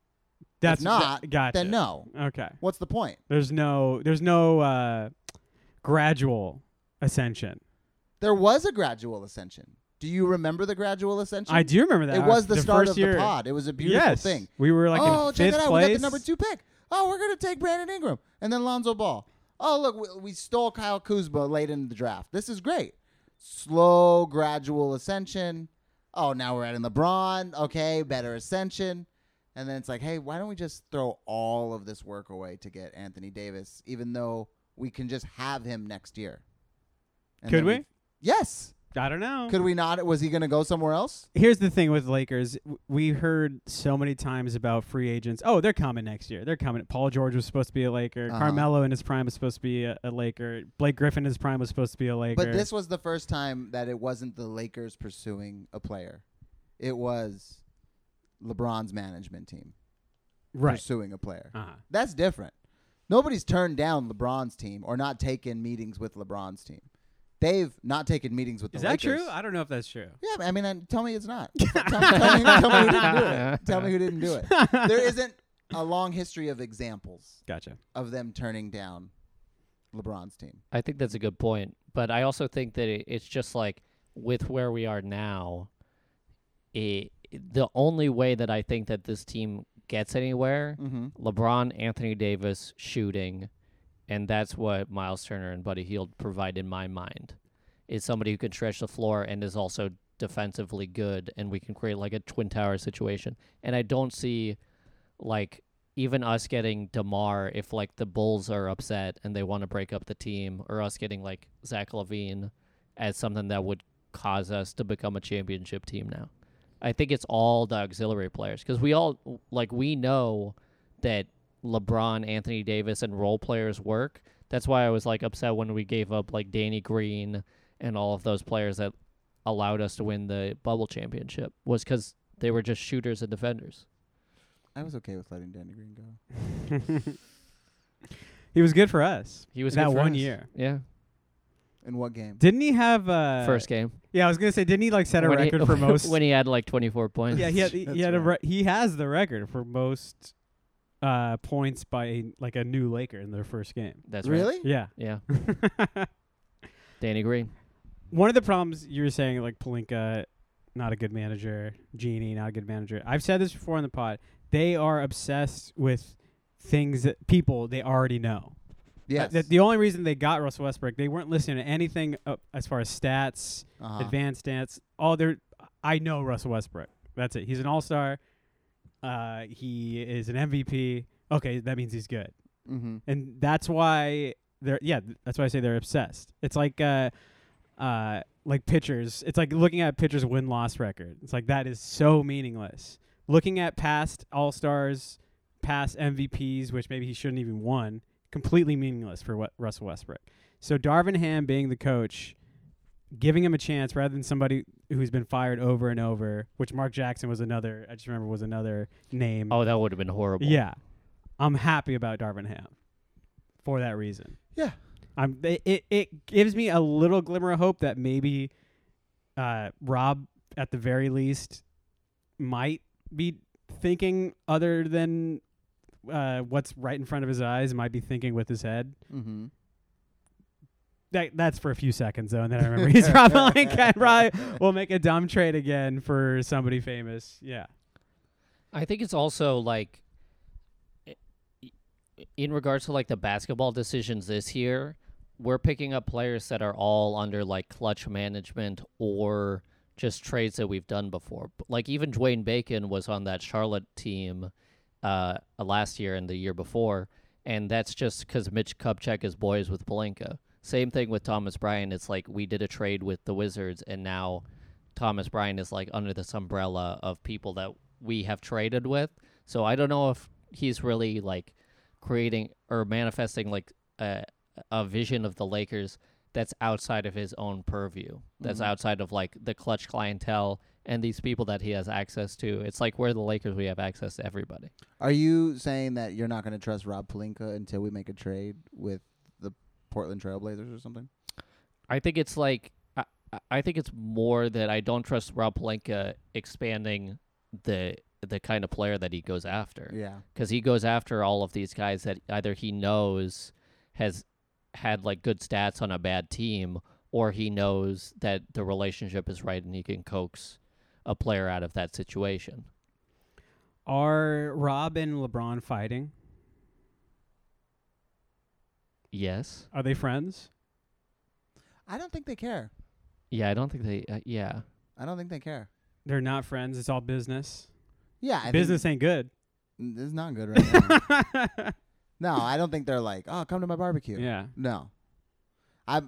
Speaker 1: That's
Speaker 3: if not.
Speaker 1: That, gotcha.
Speaker 3: Then no.
Speaker 1: Okay.
Speaker 3: What's the point?
Speaker 1: There's no. There's no uh, gradual ascension.
Speaker 3: There was a gradual ascension. Do you remember the gradual ascension?
Speaker 1: I do remember that.
Speaker 3: It
Speaker 1: I
Speaker 3: was the, start
Speaker 1: first
Speaker 3: of
Speaker 1: year.
Speaker 3: the pod. It was a beautiful
Speaker 1: yes.
Speaker 3: thing.
Speaker 1: We were like
Speaker 3: oh,
Speaker 1: in
Speaker 3: check
Speaker 1: fifth
Speaker 3: it out.
Speaker 1: place.
Speaker 3: We got the number two pick. Oh, we're going to take Brandon Ingram and then Lonzo Ball. Oh, look, we, we stole Kyle Kuzma late in the draft. This is great. Slow, gradual ascension. Oh, now we're adding LeBron. Okay, better ascension. And then it's like, hey, why don't we just throw all of this work away to get Anthony Davis, even though we can just have him next year? And
Speaker 1: Could
Speaker 3: then
Speaker 1: we?
Speaker 3: Yes.
Speaker 1: I don't know.
Speaker 3: Could we not? Was he going to go somewhere else?
Speaker 1: Here's the thing with Lakers. W- We heard so many times about free agents. Oh, they're coming next year. They're coming. Paul George was supposed to be a Laker.
Speaker 3: Uh-huh.
Speaker 1: Carmelo in his prime was supposed to be a, a Laker. Blake Griffin in his prime was supposed to be a Laker.
Speaker 3: But this was the first time that it wasn't the Lakers pursuing a player. It was LeBron's management team
Speaker 1: right.
Speaker 3: pursuing a player.
Speaker 1: Uh-huh.
Speaker 3: That's different. Nobody's turned down LeBron's team or not taken meetings with LeBron's team. They've not taken meetings with
Speaker 1: Is
Speaker 3: the
Speaker 1: that
Speaker 3: Lakers.
Speaker 1: true? I don't know if that's true.
Speaker 3: Yeah, I mean, I- tell me it's not. tell, tell me, tell me who didn't do it. Tell me who didn't do it. There isn't a long history of examples
Speaker 1: Gotcha.
Speaker 3: of them turning down LeBron's team.
Speaker 2: I think that's a good point, but I also think that it, it's just like with where we are now, it, the only way that I think that this team gets anywhere,
Speaker 3: Mm-hmm.
Speaker 2: LeBron, Anthony Davis shooting, and that's what Miles Turner and Buddy Heald provide in my mind. Is somebody who can stretch the floor and is also defensively good, and we can create like a twin tower situation. And I don't see like even us getting Demar, if like the Bulls are upset and they want to break up the team, or us getting like Zach Levine as something that would cause us to become a championship team now. I think it's all the auxiliary players because we all like we know that LeBron, Anthony Davis, and role players work. That's why I was like upset when we gave up like Danny Green and all of those players that allowed us to win the bubble championship was because they were just shooters and defenders.
Speaker 3: I was okay with letting Danny Green go.
Speaker 1: he was good for us.
Speaker 2: He was
Speaker 1: that
Speaker 2: good for
Speaker 1: one
Speaker 2: us.
Speaker 1: year.
Speaker 2: Yeah,
Speaker 3: In what game?
Speaker 1: Didn't he have uh,
Speaker 2: first game.
Speaker 1: Yeah, I was gonna say, didn't he like set a
Speaker 2: When he-
Speaker 1: record for most?
Speaker 2: when he had like 24 points.
Speaker 1: yeah, he had, he
Speaker 3: That's
Speaker 1: had a re-
Speaker 3: right.
Speaker 1: he has the record for most uh, points by a, like a new Laker in their first game.
Speaker 2: That's right.
Speaker 3: really?
Speaker 1: Yeah.
Speaker 2: Yeah, Danny Green.
Speaker 1: One of the problems you were saying, like Palinka, not a good manager, Genie, not a good manager. I've said this before on the pod. They are obsessed with things that people they already know.
Speaker 3: Yes.
Speaker 1: That the only reason they got Russell Westbrook, they weren't listening to anything uh, as far as stats,
Speaker 3: Uh-huh.
Speaker 1: advanced stats. All their, I know Russell Westbrook. That's it. He's an all star. Uh, he is an MVP. Okay, that means he's good
Speaker 3: Mm-hmm.
Speaker 1: and that's why they're yeah th- that's why i say they're obsessed it's like uh uh like pitchers it's like looking at pitchers win loss record it's like that is so meaningless looking at past all stars past mvps which maybe he shouldn't even won completely meaningless for what russell westbrook so darvin ham being the coach giving him a chance rather than somebody who's been fired over and over which mark jackson was another i just remember was another name
Speaker 2: Oh, that would have been horrible.
Speaker 1: yeah, I'm happy about Darvin Ham for that reason.
Speaker 3: Yeah.
Speaker 1: I'm. It it, it gives me a little glimmer of hope that maybe uh, Rob, at the very least, might be thinking other than uh, what's right in front of his eyes. Might be thinking with his head.
Speaker 3: Mm-hmm.
Speaker 1: That that's for a few seconds though, and then I remember he's probably can probably will make a dumb trade again for somebody famous. Yeah.
Speaker 2: I think it's also like i- i- in regards to like the basketball decisions this year, we're picking up players that are all under like clutch management or just trades that we've done before. B- Like even Dwayne Bacon was on that Charlotte team uh, last year and the year before, and that's just because Mitch Kupchak is boys with Palenka. Same thing with Thomas Bryan. It's like we did a trade with the Wizards, and now Thomas Bryan is like under this umbrella of people that we have traded with. So I don't know if he's really like creating or manifesting like a, a vision of the Lakers that's outside of his own purview. That's
Speaker 3: Mhm.
Speaker 2: outside of like the clutch clientele and these people that he has access to. It's like we're the Lakers, we have access to everybody.
Speaker 3: Are you saying that you're not going to trust Rob Palinka until we make a trade with the Portland Trailblazers or something?
Speaker 2: I think it's like I, I- I think it's more that I don't trust Rob Palenka expanding the the kind of player that he goes after.
Speaker 3: Yeah.
Speaker 2: because he goes after all of these guys that either he knows has had like good stats on a bad team or he knows that the relationship is right and he can coax a player out of that situation.
Speaker 1: Are Rob and LeBron fighting?
Speaker 2: Yes.
Speaker 1: Are they friends?
Speaker 3: I don't think they care.
Speaker 2: Yeah, I don't think they uh, yeah.
Speaker 3: I don't think they care.
Speaker 1: They're not friends. It's all business.
Speaker 3: Yeah. I
Speaker 1: business ain't good.
Speaker 3: Think it's not good right now. no, I don't think they're like, oh, come to my barbecue.
Speaker 1: yeah.
Speaker 3: No. I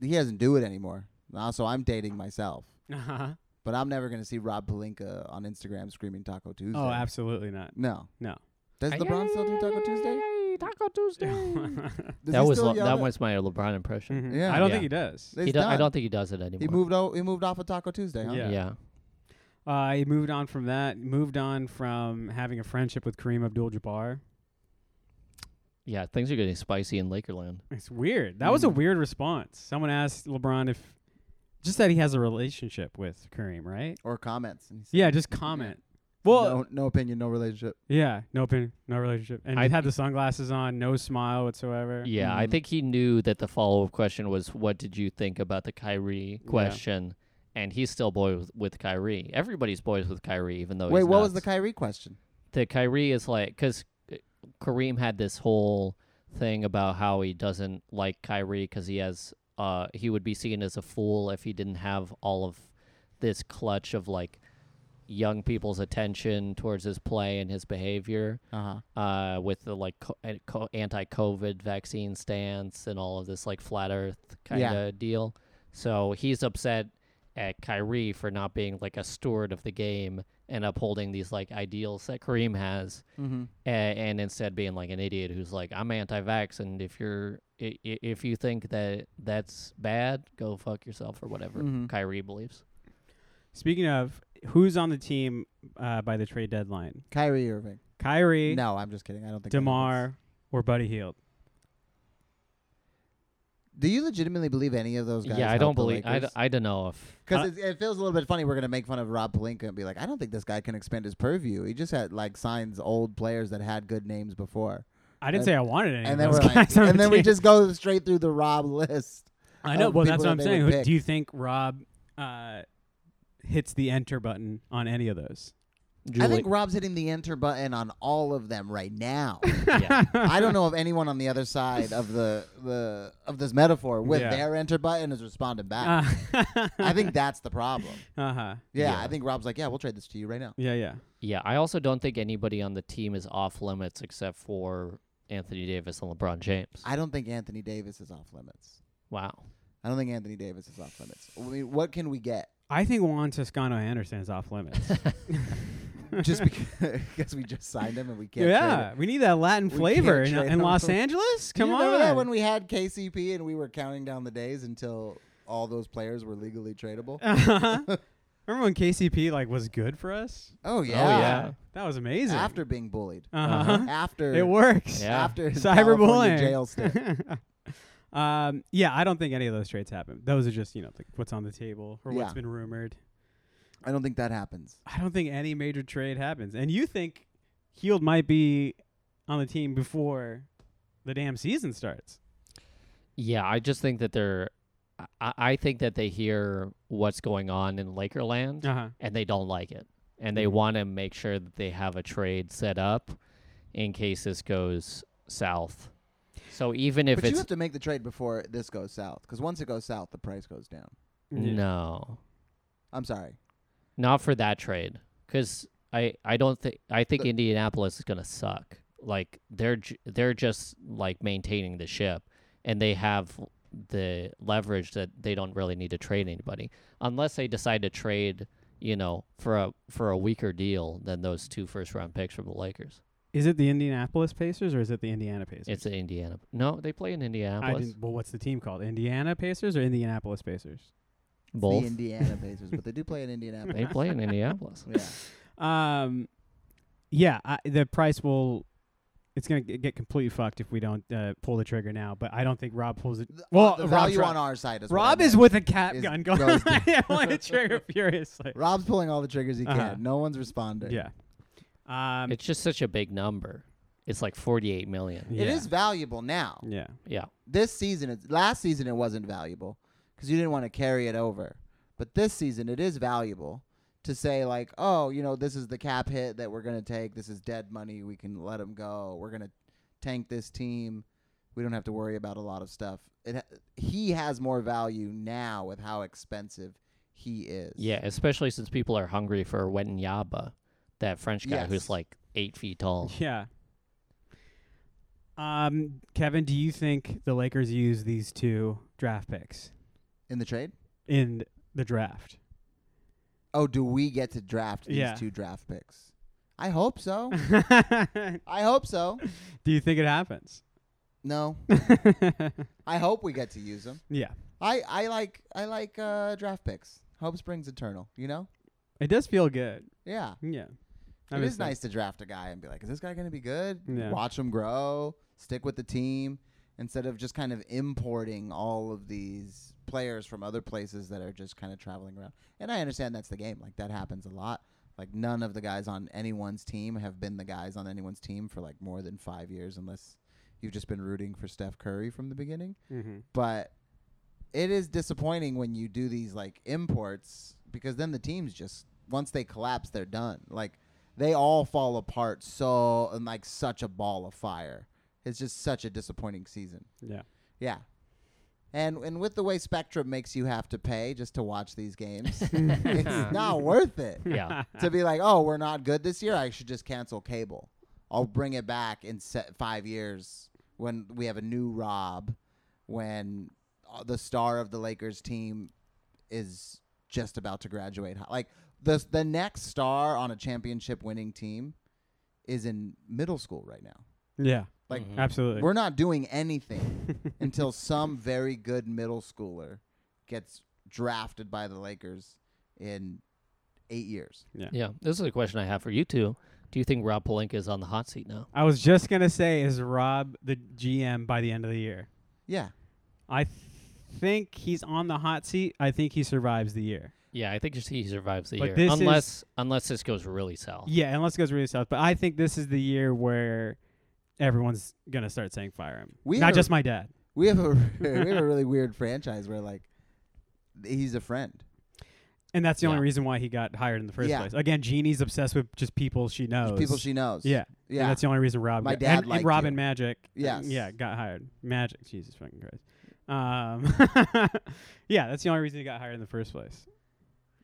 Speaker 3: he doesn't do it anymore. Also, I'm dating myself,
Speaker 1: Uh-huh.
Speaker 3: but I'm never going to see Rob Palinka on Instagram screaming Taco Tuesday.
Speaker 1: Oh, absolutely not.
Speaker 3: No.
Speaker 1: No.
Speaker 3: Does LeBron still do Taco Tuesday?
Speaker 2: Taco Tuesday.
Speaker 3: Does
Speaker 2: that
Speaker 3: he
Speaker 2: was
Speaker 3: still
Speaker 2: lo-
Speaker 3: yell
Speaker 2: that
Speaker 3: it?
Speaker 2: was my LeBron impression.
Speaker 1: Mhm.
Speaker 3: Yeah.
Speaker 1: Mm-hmm. I don't
Speaker 2: Yeah.
Speaker 1: think he does.
Speaker 3: He's
Speaker 2: He do- I
Speaker 3: done.
Speaker 2: don't think he does it anymore.
Speaker 3: He moved. O- he moved off of Taco Tuesday. Huh?
Speaker 1: Yeah.
Speaker 2: yeah.
Speaker 1: Uh, he moved on from that. Moved on from having a friendship with Kareem Abdul-Jabbar.
Speaker 2: Yeah, things are getting spicy in Lakerland.
Speaker 1: It's weird. That was a
Speaker 3: Mm.
Speaker 1: weird response. Someone asked LeBron if just that he has a relationship with Kareem, right?
Speaker 3: Or comments. And he said,
Speaker 1: Yeah, just comment. Well,
Speaker 3: no, no opinion, no relationship.
Speaker 1: yeah, no opinion, no relationship. And
Speaker 2: I-
Speaker 1: he had the sunglasses on, no smile whatsoever.
Speaker 2: Yeah, I
Speaker 3: Mhm.
Speaker 2: think he knew that the follow up question was, "What did you think about the Kyrie question?" And he's still boy with, with Kyrie. Everybody's boys with Kyrie,
Speaker 1: oh,
Speaker 2: even though
Speaker 3: Wait,
Speaker 2: he's
Speaker 3: what was the
Speaker 2: nuts.
Speaker 3: Kyrie question?
Speaker 2: the Kyrie is like because Kareem had this whole thing about how he doesn't like Kyrie because he has uh he would be seen as a fool if he didn't have all of this clutch of like young people's attention towards his play and his behavior
Speaker 3: Uh huh.
Speaker 2: uh, with the like co- an- co- anti-COVID vaccine stance and all of this like flat Earth kind of
Speaker 3: Yeah.
Speaker 2: deal. So he's upset at Kyrie for not being like a steward of the game and upholding these like ideals that Kareem has,
Speaker 3: Mm-hmm.
Speaker 2: a- and instead being like an idiot who's like, "I'm anti-vax, and if you're i- i- if you think that that's bad, go fuck yourself or whatever."
Speaker 3: Mhm.
Speaker 2: Kyrie believes.
Speaker 1: Speaking of who's on the team uh, by the trade deadline,
Speaker 3: Kyrie Irving.
Speaker 1: Kyrie,
Speaker 3: No, I'm just kidding. I don't think. that happens.
Speaker 1: Demar, or Buddy Hield.
Speaker 3: Do you legitimately believe any of those guys?
Speaker 2: Yeah, I
Speaker 3: help
Speaker 2: don't
Speaker 3: the
Speaker 2: believe. I, d-
Speaker 3: Lakers?
Speaker 2: I don't know if
Speaker 1: I-
Speaker 3: Because it, it feels a little bit funny. We're gonna make fun of Rob Palinka and be like, I don't think this guy can expand his purview. He just had like signs old players that had good names before,
Speaker 1: I didn't
Speaker 3: And-
Speaker 1: say I wanted any
Speaker 3: and then
Speaker 1: of
Speaker 3: we're
Speaker 1: those
Speaker 3: like,
Speaker 1: guys on
Speaker 3: and
Speaker 1: the
Speaker 3: then we
Speaker 1: team.
Speaker 3: just go straight through the Rob list.
Speaker 1: I know.
Speaker 3: of
Speaker 1: Well, that's what
Speaker 3: people that
Speaker 1: I'm
Speaker 3: they
Speaker 1: saying.
Speaker 3: would
Speaker 1: Who-
Speaker 3: pick.
Speaker 1: Do you think Rob uh, hits the enter button on any of those?
Speaker 2: Julie,
Speaker 3: I think Rob's hitting the enter button on all of them right now.
Speaker 2: yeah.
Speaker 3: I don't know if anyone on the other side of the the of this metaphor with
Speaker 1: Yeah.
Speaker 3: their enter button is responding back.
Speaker 1: Uh,
Speaker 3: I think that's the problem.
Speaker 1: Uh huh.
Speaker 3: Yeah,
Speaker 2: Yeah.
Speaker 3: I think Rob's like, yeah, we'll trade this to you right now.
Speaker 1: Yeah, yeah.
Speaker 2: Yeah, I also don't think anybody on the team is off limits except for Anthony Davis and LeBron James.
Speaker 3: I don't think Anthony Davis is off limits.
Speaker 2: wow.
Speaker 3: I don't think Anthony Davis is off limits. I mean, what can we get?
Speaker 1: I think Juan Toscano Anderson is off limits.
Speaker 3: Just because, because we just signed him and we can't. trade
Speaker 1: yeah,
Speaker 3: him.
Speaker 1: we need that Latin
Speaker 3: We
Speaker 1: flavor
Speaker 3: can't
Speaker 1: in,
Speaker 3: trade
Speaker 1: in
Speaker 3: him.
Speaker 1: Los Angeles.
Speaker 3: Do you
Speaker 1: Come
Speaker 3: remember that
Speaker 1: on.
Speaker 3: when we had KCP and we were counting down the days until all those players were legally tradable.
Speaker 1: Uh-huh. Remember when KCP like was good for us?
Speaker 3: Oh
Speaker 2: yeah.
Speaker 1: That was amazing.
Speaker 3: After being bullied.
Speaker 1: Uh-huh.
Speaker 2: Uh-huh.
Speaker 3: After
Speaker 1: It works.
Speaker 2: Yeah.
Speaker 3: after his California
Speaker 1: Cyberbullying.
Speaker 3: jail stint.
Speaker 1: um, yeah, I don't think any of those trades happen. Those are just you know like what's on the table or what's
Speaker 3: Yeah.
Speaker 1: been rumored.
Speaker 3: I don't think that happens.
Speaker 1: I don't think any major trade happens. And you think Heald might be on the team before the damn season starts?
Speaker 2: Yeah, I just think that they're. I- I, I think that they hear what's going on in Lakerland
Speaker 1: Uh huh.
Speaker 2: and they don't like it. And
Speaker 3: Mm-hmm.
Speaker 2: they want to make sure that they have a trade set up in case this goes south. So even if
Speaker 3: but you
Speaker 2: it's.
Speaker 3: have to make the trade before this goes south, because once it goes south, the price goes down.
Speaker 2: no.
Speaker 3: I'm sorry.
Speaker 2: Not for that trade, because I I don't think I think
Speaker 3: The-
Speaker 2: Indianapolis is gonna suck. Like they're ju- they're just like maintaining the ship, and they have the leverage that they don't really need to trade anybody unless they decide to trade. You know, for a for a weaker deal than those two first round picks from the Lakers.
Speaker 1: Is it the Indianapolis Pacers or is it the Indiana Pacers?
Speaker 2: It's in Indiana. No, they play in
Speaker 1: I
Speaker 2: Indianapolis.
Speaker 1: didn't, well, what's the team called? Indiana Pacers or Indianapolis Pacers?
Speaker 3: It's
Speaker 2: Both
Speaker 3: The Indiana Pacers, but they do play in Indianapolis.
Speaker 2: they play in Indianapolis.
Speaker 3: yeah.
Speaker 1: Um, yeah, I, the price will. It's gonna g- get completely fucked if we don't uh, pull the trigger now. But I don't think Rob pulls it.
Speaker 3: The-
Speaker 1: Well,
Speaker 3: the
Speaker 1: Rob
Speaker 3: value
Speaker 1: try-
Speaker 3: on our side is what I
Speaker 1: Rob is
Speaker 3: meant.
Speaker 1: with a cap
Speaker 3: Is-
Speaker 1: gun going.
Speaker 3: goes down.
Speaker 1: I want to trigger furiously.
Speaker 3: Rob's pulling all the triggers he
Speaker 1: Uh-huh.
Speaker 3: can. No one's responding.
Speaker 1: Yeah. Um.
Speaker 2: It's just such a big number. It's like forty eight million.
Speaker 1: yeah.
Speaker 3: It is valuable now.
Speaker 1: Yeah.
Speaker 2: Yeah.
Speaker 3: This season, it's, last season it wasn't valuable because you didn't want to carry it over. But this season, it is valuable to say like, oh, you know, this is the cap hit that we're gonna take. This is dead money. We can let him go. We're gonna tank this team. We don't have to worry about a lot of stuff. It ha- he has more value now with how expensive he is.
Speaker 2: Yeah, especially since people are hungry for Wenyaba, that French guy
Speaker 3: Yes.
Speaker 2: who's like eight feet tall.
Speaker 1: Yeah. Um, Kevin, do you think the Lakers use these two draft picks
Speaker 3: In the trade.
Speaker 1: in the draft?
Speaker 3: Oh, do we get to draft these
Speaker 1: Yeah.
Speaker 3: two draft picks? I hope so. I hope so.
Speaker 1: do you think it happens?
Speaker 3: No, I hope we get to use them.
Speaker 1: yeah.
Speaker 3: I, I like I like uh, draft picks. Hope springs eternal. You know?
Speaker 1: It does feel good.
Speaker 3: Yeah,
Speaker 1: Yeah. I
Speaker 3: it
Speaker 1: mean,
Speaker 3: is nice to draft a guy and be like, is this guy gonna be good?
Speaker 1: Yeah.
Speaker 3: Watch him grow. Stick with the team instead of just kind of importing all of these players from other places that are just kind of traveling around. And I understand that's the game. Like that happens a lot. Like none of the guys on anyone's team have been the guys on anyone's team for like more than five years, unless you've just been rooting for Steph Curry from the beginning.
Speaker 1: Mm-hmm.
Speaker 3: but it is disappointing when you do these like imports because then the teams just once they collapse they're done like they all fall apart so and like such a ball of fire it's just such a disappointing season
Speaker 1: Yeah.
Speaker 3: yeah And and with the way Spectrum makes you have to pay just to watch these games, it's not worth it.
Speaker 2: Yeah.
Speaker 3: to be like, oh, we're not good this year. I should just cancel cable. I'll bring it back in se- five years when we have a new Rob, when uh, the star of the Lakers team is just about to graduate. hi- Like the the next star on a championship winning team is in middle school right now.
Speaker 1: Yeah.
Speaker 3: Like
Speaker 1: Absolutely.
Speaker 3: we're not doing anything until some very good middle schooler gets drafted by the Lakers in eight years.
Speaker 2: Yeah. This is a question I have for you two. Do you think Rob Palenka is on the hot seat now?
Speaker 1: I was just gonna say, is Rob the GM by the end of the year?
Speaker 3: Yeah.
Speaker 1: I th- think he's on the hot seat. I think he survives the year.
Speaker 2: Yeah, I think just he survives the
Speaker 1: But
Speaker 2: year,
Speaker 1: this is-
Speaker 2: unless unless this goes really south.
Speaker 1: Yeah, unless it goes really south. But I think this is the year where everyone's gonna start saying fire him.
Speaker 3: We
Speaker 1: Not
Speaker 3: are-
Speaker 1: just my dad.
Speaker 3: We have a we have a really weird franchise where like he's a friend.
Speaker 1: And that's the only
Speaker 2: Yeah.
Speaker 1: reason why he got hired in the first
Speaker 3: Yeah.
Speaker 1: place. Again, Jeannie's obsessed with just people she knows.
Speaker 3: Just people she knows.
Speaker 1: Oh, Yeah.
Speaker 3: Yeah.
Speaker 1: And that's the only reason Rob.
Speaker 3: My
Speaker 1: got,
Speaker 3: dad
Speaker 1: and,
Speaker 3: liked
Speaker 1: and Rob
Speaker 3: you.
Speaker 1: and Magic. uh,
Speaker 3: Yes.
Speaker 1: Yeah, got hired. Magic. Jesus fucking Christ. Um, yeah, that's the only reason he got hired in the first place.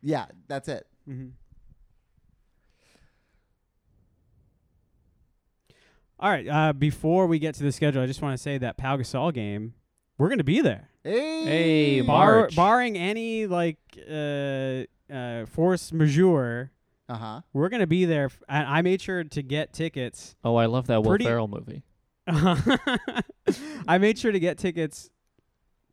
Speaker 3: yeah, that's it.
Speaker 1: Mhm. All right. Uh, before we get to the schedule, I just want to say that Pau Gasol game, we're going to be there.
Speaker 3: Hey,
Speaker 1: Bar-
Speaker 2: March.
Speaker 1: barring any like uh, uh, force majeure,
Speaker 3: Uh huh.
Speaker 1: we're going to be there. F- and I made sure to get tickets.
Speaker 2: Oh, I love that Will
Speaker 1: Pretty-
Speaker 2: Ferrell movie.
Speaker 1: I made sure to get tickets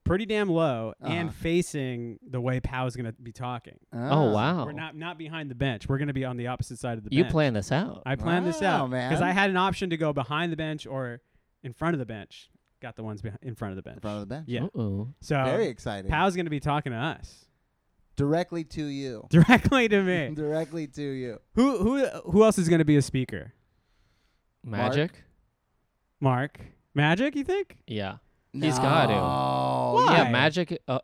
Speaker 1: pretty damn low and
Speaker 3: Uh-huh.
Speaker 1: facing the way Pau's going to be talking.
Speaker 3: Ah.
Speaker 2: Oh, wow.
Speaker 1: Ah, We're not not behind the bench. We're going to be on the opposite side of the Uh,
Speaker 2: You
Speaker 1: bench.
Speaker 2: plan this out.
Speaker 1: I planned this
Speaker 3: Wow,
Speaker 1: out because
Speaker 3: Oh, man.
Speaker 1: I had an option to go behind the bench or in front of the bench. Got the ones behi- in front of the bench.
Speaker 3: In front of the bench. Oh,
Speaker 1: Yeah.
Speaker 2: Uh-oh.
Speaker 1: So
Speaker 3: Very exciting.
Speaker 1: Pau's going to be talking to us
Speaker 3: Directly to you.
Speaker 1: directly to me.
Speaker 3: Directly to you.
Speaker 1: who who who else is going to be a speaker?
Speaker 2: Magic?
Speaker 1: Mark Magic, you think?
Speaker 2: Yeah. He's gotta.
Speaker 3: Oh.
Speaker 1: Why?
Speaker 2: Yeah, Magic. Uh,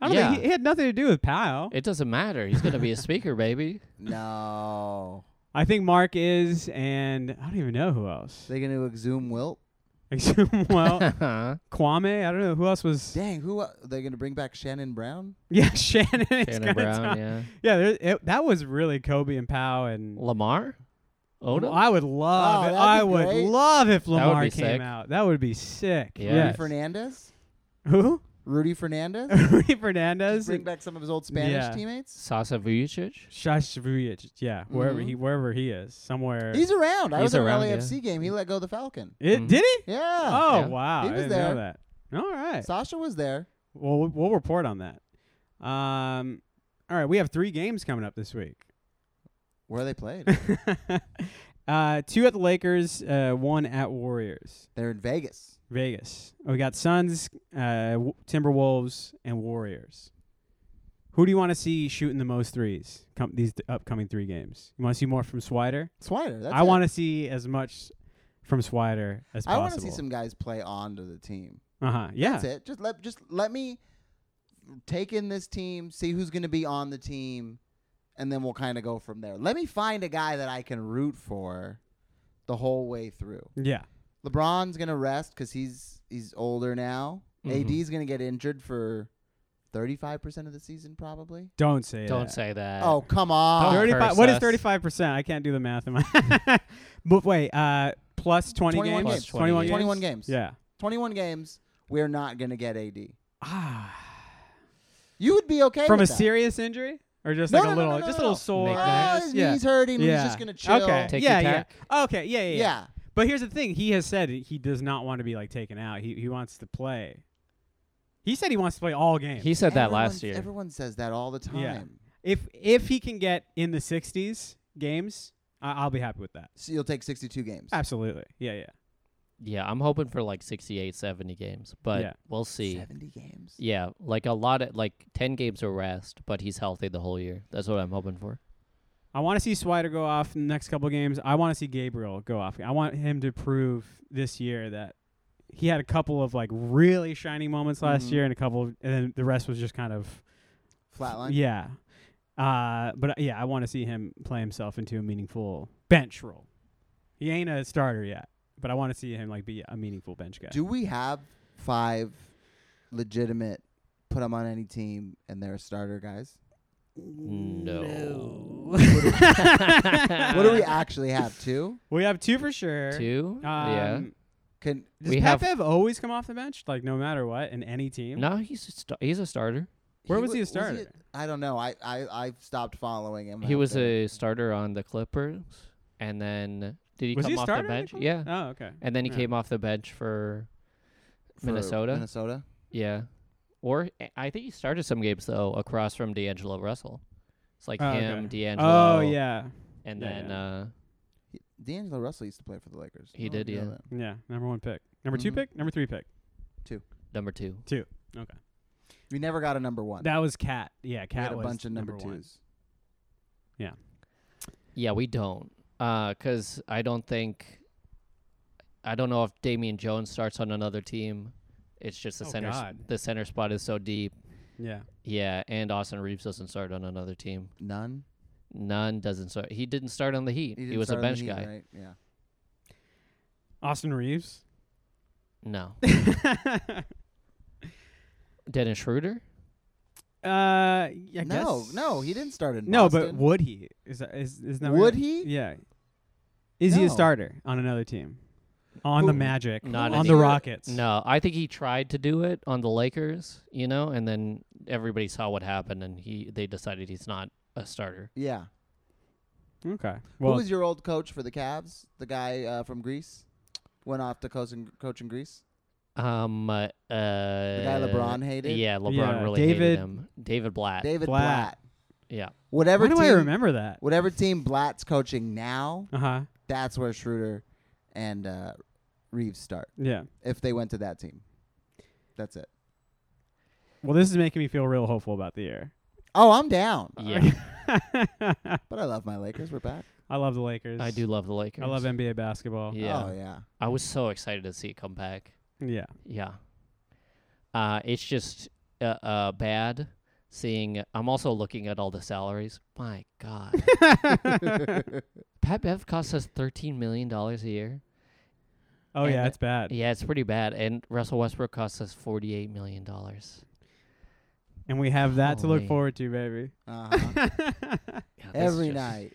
Speaker 1: I don't
Speaker 2: Yeah.
Speaker 1: think he, he had nothing to do with Pau.
Speaker 2: it doesn't matter. He's gonna be a speaker, baby.
Speaker 3: No.
Speaker 1: I think Mark is, and I don't even know who else.
Speaker 3: They're gonna exhume Wilt.
Speaker 1: well, Kwame. I don't know who else was.
Speaker 3: Dang. Who? Uh, they're gonna bring back Shannon Brown.
Speaker 1: Yeah, Shannon. is gonna
Speaker 2: Shannon Brown.
Speaker 1: talk.
Speaker 2: Yeah.
Speaker 1: Yeah, there, it, that was really Kobe and Powell and
Speaker 2: Lamar. Odom.
Speaker 1: I would love.
Speaker 3: Oh,
Speaker 1: it.
Speaker 3: that'd be
Speaker 1: I would
Speaker 3: great.
Speaker 1: love if
Speaker 2: would
Speaker 1: Lamar
Speaker 2: be
Speaker 1: came
Speaker 2: sick.
Speaker 1: out. That would be sick.
Speaker 2: Yeah.
Speaker 1: Yes.
Speaker 3: Rudy Fernandez.
Speaker 1: Who?
Speaker 3: Rudy Fernandez.
Speaker 1: Rudy
Speaker 3: Just
Speaker 1: Fernandez.
Speaker 3: bring back some of his old Spanish
Speaker 1: Yeah.
Speaker 3: teammates.
Speaker 2: Sasa Vujacic.
Speaker 1: Shashvujic. Yeah, wherever
Speaker 3: Mhm.
Speaker 1: he wherever he is, somewhere.
Speaker 3: He's around. I
Speaker 2: He's
Speaker 3: was at an
Speaker 2: around, yeah.
Speaker 3: LAFC game. He let go of the Falcon.
Speaker 1: it
Speaker 2: Mhm.
Speaker 1: did he?
Speaker 3: Yeah.
Speaker 1: Oh
Speaker 2: Yeah.
Speaker 1: wow!
Speaker 3: He
Speaker 1: I
Speaker 3: was
Speaker 1: didn't know that. All right.
Speaker 3: Sasha was there.
Speaker 1: Well, we'll- we'll report on that. Um, all right. We have three games coming up this week.
Speaker 3: Where they played.
Speaker 1: uh, two at the Lakers, uh, one at Warriors.
Speaker 3: They're in Vegas.
Speaker 1: Vegas. We got Suns, uh, W- Timberwolves, and Warriors. Who do you want to see shooting the most threes? Come these th- upcoming three games. You want to see more from Swider?
Speaker 3: Swider. That's
Speaker 1: I
Speaker 3: it.
Speaker 1: want to see as much from Swider as
Speaker 3: I
Speaker 1: possible.
Speaker 3: want to see some guys play onto the team.
Speaker 1: Uh huh. Yeah.
Speaker 3: That's it. Just let just let me take in this team, see who's going to be on the team, and then we'll kind of go from there. Let me find a guy that I can root for the whole way through.
Speaker 1: Yeah.
Speaker 3: LeBron's going to rest cuz he's he's older now.
Speaker 2: Mhm.
Speaker 3: AD's going to get injured for 35% of the season probably.
Speaker 1: Don't say
Speaker 2: Don't
Speaker 1: that.
Speaker 2: say that.
Speaker 3: Oh, come on.
Speaker 2: Don't
Speaker 1: Thirty
Speaker 2: curse
Speaker 1: five. What is
Speaker 2: us.
Speaker 1: thirty five percent? I can't do the math in my. but wait, uh, plus twenty
Speaker 3: 21
Speaker 1: games.
Speaker 3: games.
Speaker 2: Plus
Speaker 1: Twenty one
Speaker 2: 20
Speaker 1: games.
Speaker 3: 21 games.
Speaker 1: Yeah.
Speaker 3: 21 games, we're not going to get AD.
Speaker 1: Ah.
Speaker 3: You would be okay
Speaker 1: From a
Speaker 3: with that.
Speaker 1: serious injury or just
Speaker 3: No,
Speaker 1: like
Speaker 3: no,
Speaker 1: a
Speaker 3: no,
Speaker 1: little,
Speaker 3: no, no,
Speaker 1: just a
Speaker 3: no.
Speaker 1: little sore.
Speaker 3: Ah,
Speaker 2: Knick-knacks.
Speaker 3: his
Speaker 1: Yeah.
Speaker 3: knee's hurting.
Speaker 1: Yeah.
Speaker 3: He's just gonna chill.
Speaker 1: Okay.
Speaker 2: Ticky
Speaker 1: yeah,
Speaker 2: tack.
Speaker 1: yeah. Okay. Yeah, yeah, yeah.
Speaker 3: Yeah.
Speaker 1: But here's the thing. He has said he does not want to be like taken out. He he wants to play. He said he wants to play all games.
Speaker 2: he said that last
Speaker 3: Everyone's-
Speaker 2: year.
Speaker 3: Everyone says that all the time.
Speaker 1: Yeah. if if he can get in the 60s games, I, I'll be happy with that.
Speaker 3: So you'll take 62 games.
Speaker 1: Absolutely. Yeah, yeah.
Speaker 2: Yeah, I'm hoping for like 68, 70 games, but
Speaker 1: Yeah.
Speaker 2: we'll see.
Speaker 3: 70 games.
Speaker 2: Yeah, like a lot of like 10 games of rest, but he's healthy the whole year. That's what I'm hoping for.
Speaker 1: I want to see Swider go off in the next couple of games. I want to see Gabriel go off. I want him to prove this year that he had a couple of like really shining moments last
Speaker 3: Mhm.
Speaker 1: year and a couple of, and then the rest was just kind of
Speaker 3: Flatline.
Speaker 1: Yeah. Uh, but uh, yeah, I want to see him play himself into a meaningful bench role. He ain't a starter yet, but I want to see him like be a meaningful bench guy.
Speaker 3: Do we have five legitimate, put them on any team, and they're a starter, guys?
Speaker 2: No.
Speaker 3: What do we actually have? Two?
Speaker 1: We have two for sure.
Speaker 2: Two?
Speaker 1: Um,
Speaker 2: yeah.
Speaker 3: Can
Speaker 1: Does
Speaker 2: We
Speaker 1: Pat
Speaker 2: have-
Speaker 1: Bev always come off the bench, like no matter what, in any team?
Speaker 2: No, he's a sta- he's a starter.
Speaker 1: Where
Speaker 3: he
Speaker 1: was
Speaker 3: wa-
Speaker 1: he a
Speaker 3: I
Speaker 1: starter?
Speaker 3: I don't know. I I I stopped following him.
Speaker 2: He was
Speaker 3: after.
Speaker 2: a starter on the Clippers, and then did he
Speaker 1: was
Speaker 2: come
Speaker 1: he a
Speaker 2: off the
Speaker 1: starter? on
Speaker 2: bench?
Speaker 1: Clippers?
Speaker 2: Yeah,
Speaker 1: Oh, okay.
Speaker 2: and then he
Speaker 1: yeah.
Speaker 2: came off the bench for
Speaker 3: For
Speaker 2: Minnesota?
Speaker 3: Minnesota.
Speaker 2: yeah, or I- I think he started some games though across from D'Angelo Russell. It's like
Speaker 1: Oh,
Speaker 2: him,
Speaker 1: okay.
Speaker 2: D'Angelo.
Speaker 1: Oh yeah,
Speaker 2: and
Speaker 1: Yeah,
Speaker 2: then
Speaker 1: yeah.
Speaker 2: Uh,
Speaker 3: He- D'Angelo Russell used to play for the Lakers.
Speaker 2: He
Speaker 3: I didn't
Speaker 2: did,
Speaker 3: know
Speaker 2: yeah.
Speaker 3: that.
Speaker 1: yeah. Number one pick. Number two
Speaker 3: Mhm.
Speaker 2: Mm-hmm.
Speaker 1: pick. Number three pick.
Speaker 2: number two.
Speaker 3: We never got a number one.
Speaker 1: That was Cat. Yeah,
Speaker 3: we had
Speaker 1: Cat
Speaker 3: a
Speaker 1: was
Speaker 3: bunch of number,
Speaker 1: one.
Speaker 3: twos.
Speaker 2: Yeah, we don't. Because I don't think. I don't know if Damian Jones starts on another team. It's just the
Speaker 1: Oh,
Speaker 2: center. s-
Speaker 1: God.
Speaker 2: The center spot is so deep.
Speaker 1: Yeah.
Speaker 2: Yeah, and Austin Reeves doesn't start on another team.
Speaker 3: None.
Speaker 2: None doesn't start. He didn't start on the Heat. He,
Speaker 3: didn't
Speaker 2: was a
Speaker 3: start on the
Speaker 2: bench
Speaker 3: Heat,
Speaker 2: guy.
Speaker 3: Right? Yeah.
Speaker 1: Austin Reeves.
Speaker 2: No.
Speaker 1: uh,
Speaker 2: Dennis Schroeder.
Speaker 1: I
Speaker 3: no,
Speaker 1: guess.
Speaker 3: no, he didn't start in.
Speaker 1: No, but
Speaker 3: Boston.
Speaker 1: would he? Is that is is that
Speaker 3: Would
Speaker 1: right?
Speaker 3: he?
Speaker 1: Yeah. Is he a
Speaker 3: No.
Speaker 1: starter on another team? On the
Speaker 3: Who-
Speaker 1: Magic,
Speaker 2: Not
Speaker 1: on
Speaker 2: any-
Speaker 1: the Rockets.
Speaker 2: No, I think he tried to do it on the Lakers, you know, and then everybody saw what happened, and he they decided he's not a starter.
Speaker 3: Yeah.
Speaker 1: Okay. Well,
Speaker 3: Who was your old coach for the Cavs? The guy uh, from Greece went off to coach in, coach in Greece.
Speaker 2: Um, uh, the
Speaker 3: guy LeBron hated?
Speaker 2: Uh, Yeah, LeBron
Speaker 1: Yeah,
Speaker 2: really hated
Speaker 1: David-
Speaker 2: him. David Blatt.
Speaker 3: David
Speaker 1: Blatt.
Speaker 3: Blatt.
Speaker 2: Yeah,
Speaker 3: Whatever
Speaker 1: why do
Speaker 3: team,
Speaker 1: I remember that?
Speaker 3: whatever team Blatt's coaching now,
Speaker 1: Uh huh.
Speaker 3: that's where Schroeder and uh, Reeves start.
Speaker 1: Yeah.
Speaker 3: If they went to that team, that's it.
Speaker 1: Well, this is making me feel real hopeful about the year.
Speaker 3: Oh, I'm down.
Speaker 2: yeah.
Speaker 3: But I love my Lakers. We're back.
Speaker 1: I love the Lakers.
Speaker 2: I do love the Lakers.
Speaker 1: I love NBA basketball.
Speaker 2: Yeah,
Speaker 3: Oh yeah.
Speaker 2: I was so excited to see it come back.
Speaker 1: Yeah.
Speaker 2: Yeah, uh, it's just uh, uh bad seeing. I'm also looking at all the salaries. My God,
Speaker 3: Oh,
Speaker 2: Pat Bev costs us 13 million dollars a year.
Speaker 1: Oh
Speaker 2: And
Speaker 1: yeah,
Speaker 2: the-
Speaker 1: it's bad.
Speaker 2: Yeah, it's pretty bad. And Russell Westbrook costs us 48 million dollars.
Speaker 1: And we have that to look
Speaker 2: Holy.
Speaker 1: forward to, baby.
Speaker 3: Uh-huh.
Speaker 2: Yeah, this is
Speaker 3: Every
Speaker 2: just-
Speaker 3: night,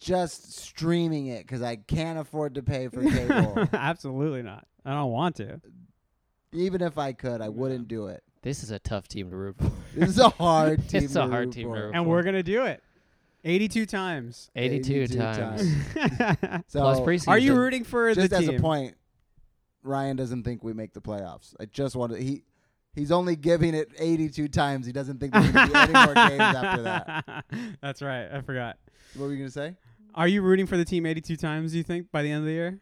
Speaker 3: just streaming it because I can't afford to pay for cable.
Speaker 1: Absolutely not. I don't want to.
Speaker 3: Even if I could, I wouldn't do it.
Speaker 2: This is a tough team to root for.
Speaker 3: This is a hard team.
Speaker 2: It's a
Speaker 3: to
Speaker 2: hard
Speaker 3: root
Speaker 2: team
Speaker 3: for.
Speaker 2: to root
Speaker 1: And we're gonna do it. 82 times.
Speaker 2: 82,
Speaker 3: 82
Speaker 2: times.
Speaker 3: times. So
Speaker 2: Plus preseason.
Speaker 1: Are you
Speaker 3: just-
Speaker 1: rooting for
Speaker 3: Just
Speaker 1: the
Speaker 3: as
Speaker 1: team?
Speaker 3: a point, Ryan doesn't think we make the playoffs. I just want to. He he's only giving it 82 times. He doesn't think there's going to be any more games after that.
Speaker 1: That's right. I forgot.
Speaker 3: What were you going to say?
Speaker 1: Are you rooting for the team 82 times? Do you think by the end of the year?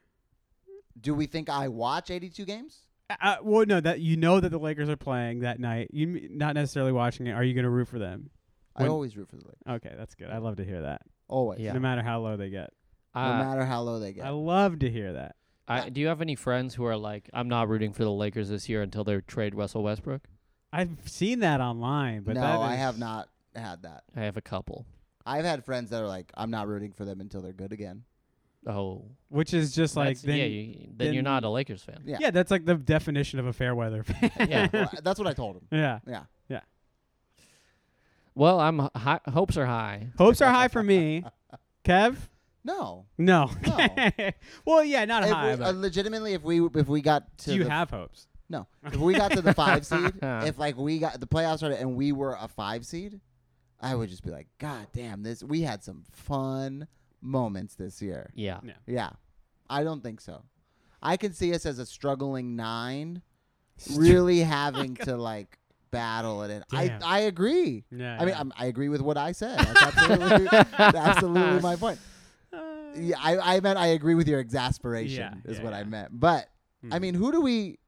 Speaker 3: Do we think I watch 82 games?
Speaker 1: Uh, well, no. That you know that the Lakers are playing that night. You m- not necessarily watching it. Are you going to root for them?
Speaker 3: I
Speaker 1: When-
Speaker 3: always root for the Lakers.
Speaker 1: Okay, that's good. I love to hear that.
Speaker 3: Always.
Speaker 2: Yeah.
Speaker 1: No matter how low they get,
Speaker 3: No
Speaker 2: Uh,
Speaker 3: matter how low they get.
Speaker 1: I love to hear that.
Speaker 2: I, do you have any friends who are like, I'm not rooting for the Lakers this year until they trade Russell Westbrook?
Speaker 1: I've seen that online, but
Speaker 3: no,
Speaker 1: that
Speaker 3: I
Speaker 1: is-
Speaker 3: have not had that.
Speaker 2: I have a couple.
Speaker 3: I've had friends that are like, I'm not rooting for them until they're good again.
Speaker 2: Oh,
Speaker 1: Which is just like
Speaker 2: that's-
Speaker 1: then,
Speaker 2: yeah, you, then, you're not a Lakers fan.
Speaker 3: Yeah.
Speaker 1: yeah, that's like the definition of a fair weather fan.
Speaker 2: yeah.
Speaker 3: Well, that's what I told him.
Speaker 1: yeah.
Speaker 3: Yeah.
Speaker 2: Well, I'm h- hi- hopes are high.
Speaker 1: Hopes are high for me. Kev?
Speaker 3: No.
Speaker 1: No.
Speaker 3: No.
Speaker 1: well, yeah, not
Speaker 3: If we-
Speaker 1: high,
Speaker 3: uh,
Speaker 1: but
Speaker 3: legitimately, if we if we got to
Speaker 1: do you
Speaker 3: the
Speaker 1: have hopes?
Speaker 3: No. If we got to the five seed, if like we got the playoffs started and we were a five seed, I would just be like, God damn, this we had some fun moments this year.
Speaker 2: Yeah.
Speaker 1: Yeah.
Speaker 3: Yeah. I don't think so. I can see us as a struggling nine,
Speaker 1: Str-
Speaker 3: really having to like battle it in. I,
Speaker 1: Damn.
Speaker 3: I agree.
Speaker 1: Yeah.
Speaker 3: I mean,
Speaker 1: yeah.
Speaker 3: I'm, I agree with what I said. That's absolutely, that's absolutely my point.
Speaker 1: Uh,
Speaker 3: Yeah, I, I meant I agree with your exasperation
Speaker 1: Yeah,
Speaker 3: is
Speaker 1: yeah,
Speaker 3: what I
Speaker 1: yeah.
Speaker 3: meant. But I
Speaker 1: Hmm.
Speaker 3: mean, who do we,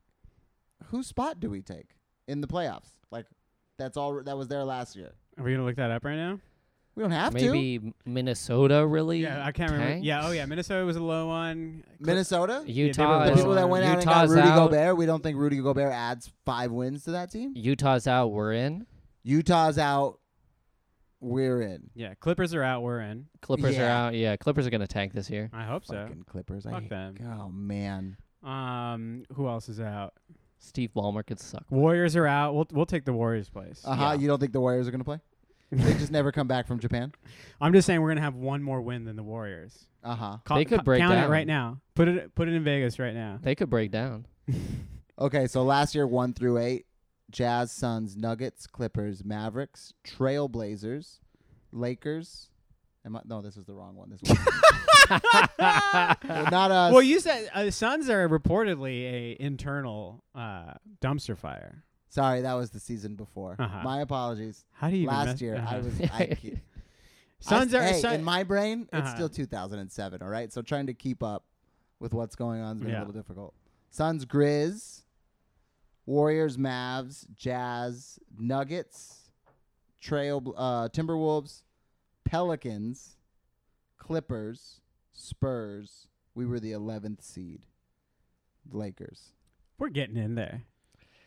Speaker 3: whose spot do we take in the playoffs? Like, that's all that was there last year.
Speaker 1: Are we going to look that up right now?
Speaker 3: We don't have to.
Speaker 2: Maybe M- Minnesota really.
Speaker 1: Yeah, I can't remember. Yeah, oh
Speaker 2: tanks?
Speaker 1: yeah, Minnesota was a low one. Cl-
Speaker 3: Minnesota,
Speaker 2: Utah.
Speaker 1: were
Speaker 3: the
Speaker 2: is-
Speaker 3: people that went out and got
Speaker 2: Utah's
Speaker 3: Rudy
Speaker 2: out.
Speaker 3: Gobert. We don't think Rudy Gobert adds five wins to that team.
Speaker 2: Utah's out. We're in.
Speaker 3: Utah's out. We're in.
Speaker 1: Yeah, Clippers are out, we're in.
Speaker 2: Clippers are
Speaker 3: Yeah.
Speaker 2: out. Yeah, Clippers are gonna tank this year.
Speaker 1: I hope so.
Speaker 3: Fucking Clippers. I Oh,
Speaker 1: Fuck
Speaker 3: hate-
Speaker 1: them.
Speaker 3: Oh man,
Speaker 1: Um, who else is out?
Speaker 2: Steve Ballmer could suck.
Speaker 1: Warriors are out. We'll we'll take the Warriors' place.
Speaker 3: Uh huh.
Speaker 2: Yeah.
Speaker 3: You don't think the Warriors are going to play? they just never come back from Japan.
Speaker 1: I'm just saying we're gonna have one more win than the Warriors.
Speaker 3: Uh huh.
Speaker 1: Ca-
Speaker 2: They could
Speaker 1: ca-
Speaker 2: break
Speaker 1: count it
Speaker 2: down.
Speaker 1: right now. Put it put it in Vegas right now.
Speaker 2: They could break down.
Speaker 3: Okay, so last year one through eight, Jazz, Suns, Nuggets, Clippers, Mavericks, Trailblazers, Lakers. Am I, no, this is the wrong one. This one. well, not us.
Speaker 1: well, you said uh, Suns are reportedly a internal uh, dumpster fire.
Speaker 3: Sorry, that was the season before.
Speaker 1: Uh-huh.
Speaker 3: My apologies.
Speaker 1: How do you even
Speaker 3: Last
Speaker 1: mess-
Speaker 3: year, I
Speaker 1: uh-huh.
Speaker 3: was. I, ke-
Speaker 1: Suns
Speaker 3: I,
Speaker 1: are
Speaker 3: hey,
Speaker 1: Sun-
Speaker 3: in my brain, it's
Speaker 1: Uh-huh.
Speaker 3: still 2007. All right, so trying to keep up with what's going on has been
Speaker 1: Yeah.
Speaker 3: a little difficult. Suns, Grizz, Warriors, Mavs, Jazz, Nuggets, Trail, uh, Timberwolves, Pelicans, Clippers, Spurs. We were the 11th seed. Lakers.
Speaker 1: we're getting in there.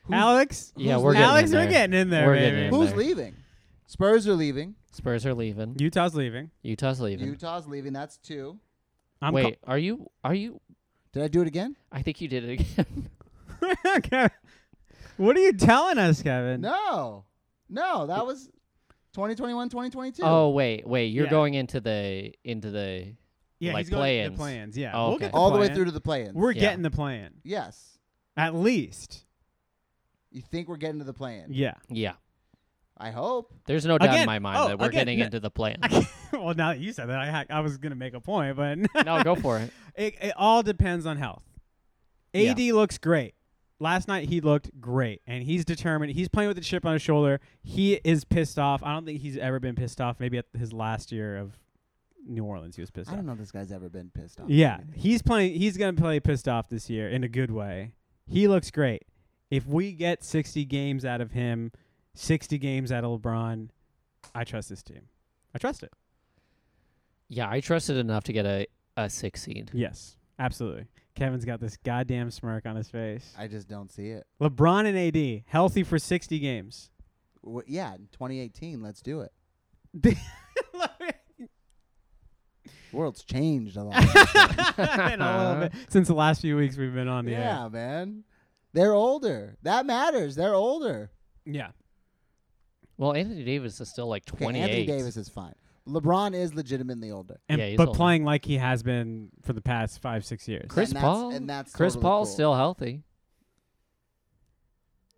Speaker 3: Who's-
Speaker 1: Alex,
Speaker 2: Yeah,
Speaker 3: who's
Speaker 2: we're getting
Speaker 1: Alex,
Speaker 2: in
Speaker 1: we're
Speaker 2: there.
Speaker 1: getting in there,
Speaker 2: We're
Speaker 1: baby.
Speaker 2: getting in
Speaker 3: Who's
Speaker 2: there.
Speaker 3: leaving? Spurs are leaving.
Speaker 2: Spurs are leaving.
Speaker 1: Utah's leaving.
Speaker 2: Utah's leaving.
Speaker 3: Utah's leaving. That's two.
Speaker 1: I'm ca-
Speaker 2: Wait, are you? Are you?
Speaker 3: Did I do it again?
Speaker 2: I think you did it again.
Speaker 1: Kevin, what are you telling us, Kevin?
Speaker 3: No. No, that was 2021, 2022.
Speaker 2: oh wait, wait. You're
Speaker 1: Yeah.
Speaker 2: going into the into the.
Speaker 1: yeah,
Speaker 2: like
Speaker 1: he's going to the
Speaker 2: play-ins.
Speaker 1: plans. Yeah,
Speaker 2: Oh,
Speaker 1: we'll
Speaker 2: okay.
Speaker 1: get
Speaker 3: all the way
Speaker 1: play-in.
Speaker 3: through to the play-in.
Speaker 1: We're
Speaker 2: Yeah.
Speaker 1: getting the plan
Speaker 3: yes.
Speaker 1: at least.
Speaker 3: You think we're getting to the play-in?
Speaker 1: Yeah.
Speaker 2: Yeah.
Speaker 3: I hope.
Speaker 2: There's no doubt
Speaker 1: Again.
Speaker 2: in my mind
Speaker 1: Oh,
Speaker 2: that we're
Speaker 1: again.
Speaker 2: getting
Speaker 1: No.
Speaker 2: into the play.
Speaker 1: well, now that you said that, I ha- I was gonna make a point, but
Speaker 2: no, go for it.
Speaker 1: It, it all depends on health.
Speaker 2: Yeah.
Speaker 1: AD looks great. Last night he looked great, and he's determined. He's playing with the chip on his shoulder. He is pissed off. I don't think he's ever been pissed off. Maybe at his last year of New Orleans, he was pissed
Speaker 3: I
Speaker 1: off.
Speaker 3: don't know if this guy's ever been pissed off. at
Speaker 1: Yeah,
Speaker 3: anything.
Speaker 1: he's playing. He's gonna play pissed off this year in a good way. He looks great. If we get 60 games out of him, 60 games out of LeBron, I trust this team. I trust it.
Speaker 2: Yeah, I trusted enough to get a a six seed.
Speaker 1: Yes, absolutely. Kevin's got this goddamn smirk on his face.
Speaker 3: I just don't see it.
Speaker 1: LeBron and AD healthy for 60 games.
Speaker 3: W- yeah, in 2018, let's do it. World's changed a lot.
Speaker 1: In a little bit. Since the last few weeks we've been on the air.
Speaker 3: yeah, man. They're older. That matters. They're older.
Speaker 1: Yeah.
Speaker 2: Well, Anthony Davis is still like
Speaker 3: Okay,
Speaker 2: 28.
Speaker 3: Anthony Davis is fine. LeBron is legitimately older.
Speaker 1: And,
Speaker 2: Yeah, he's
Speaker 1: but
Speaker 2: older.
Speaker 1: playing like he has been for the past five, six years.
Speaker 2: Chris
Speaker 3: and that's-
Speaker 2: Paul.
Speaker 3: and that's
Speaker 2: Chris
Speaker 3: totally
Speaker 2: Paul's
Speaker 3: cool.
Speaker 2: still healthy.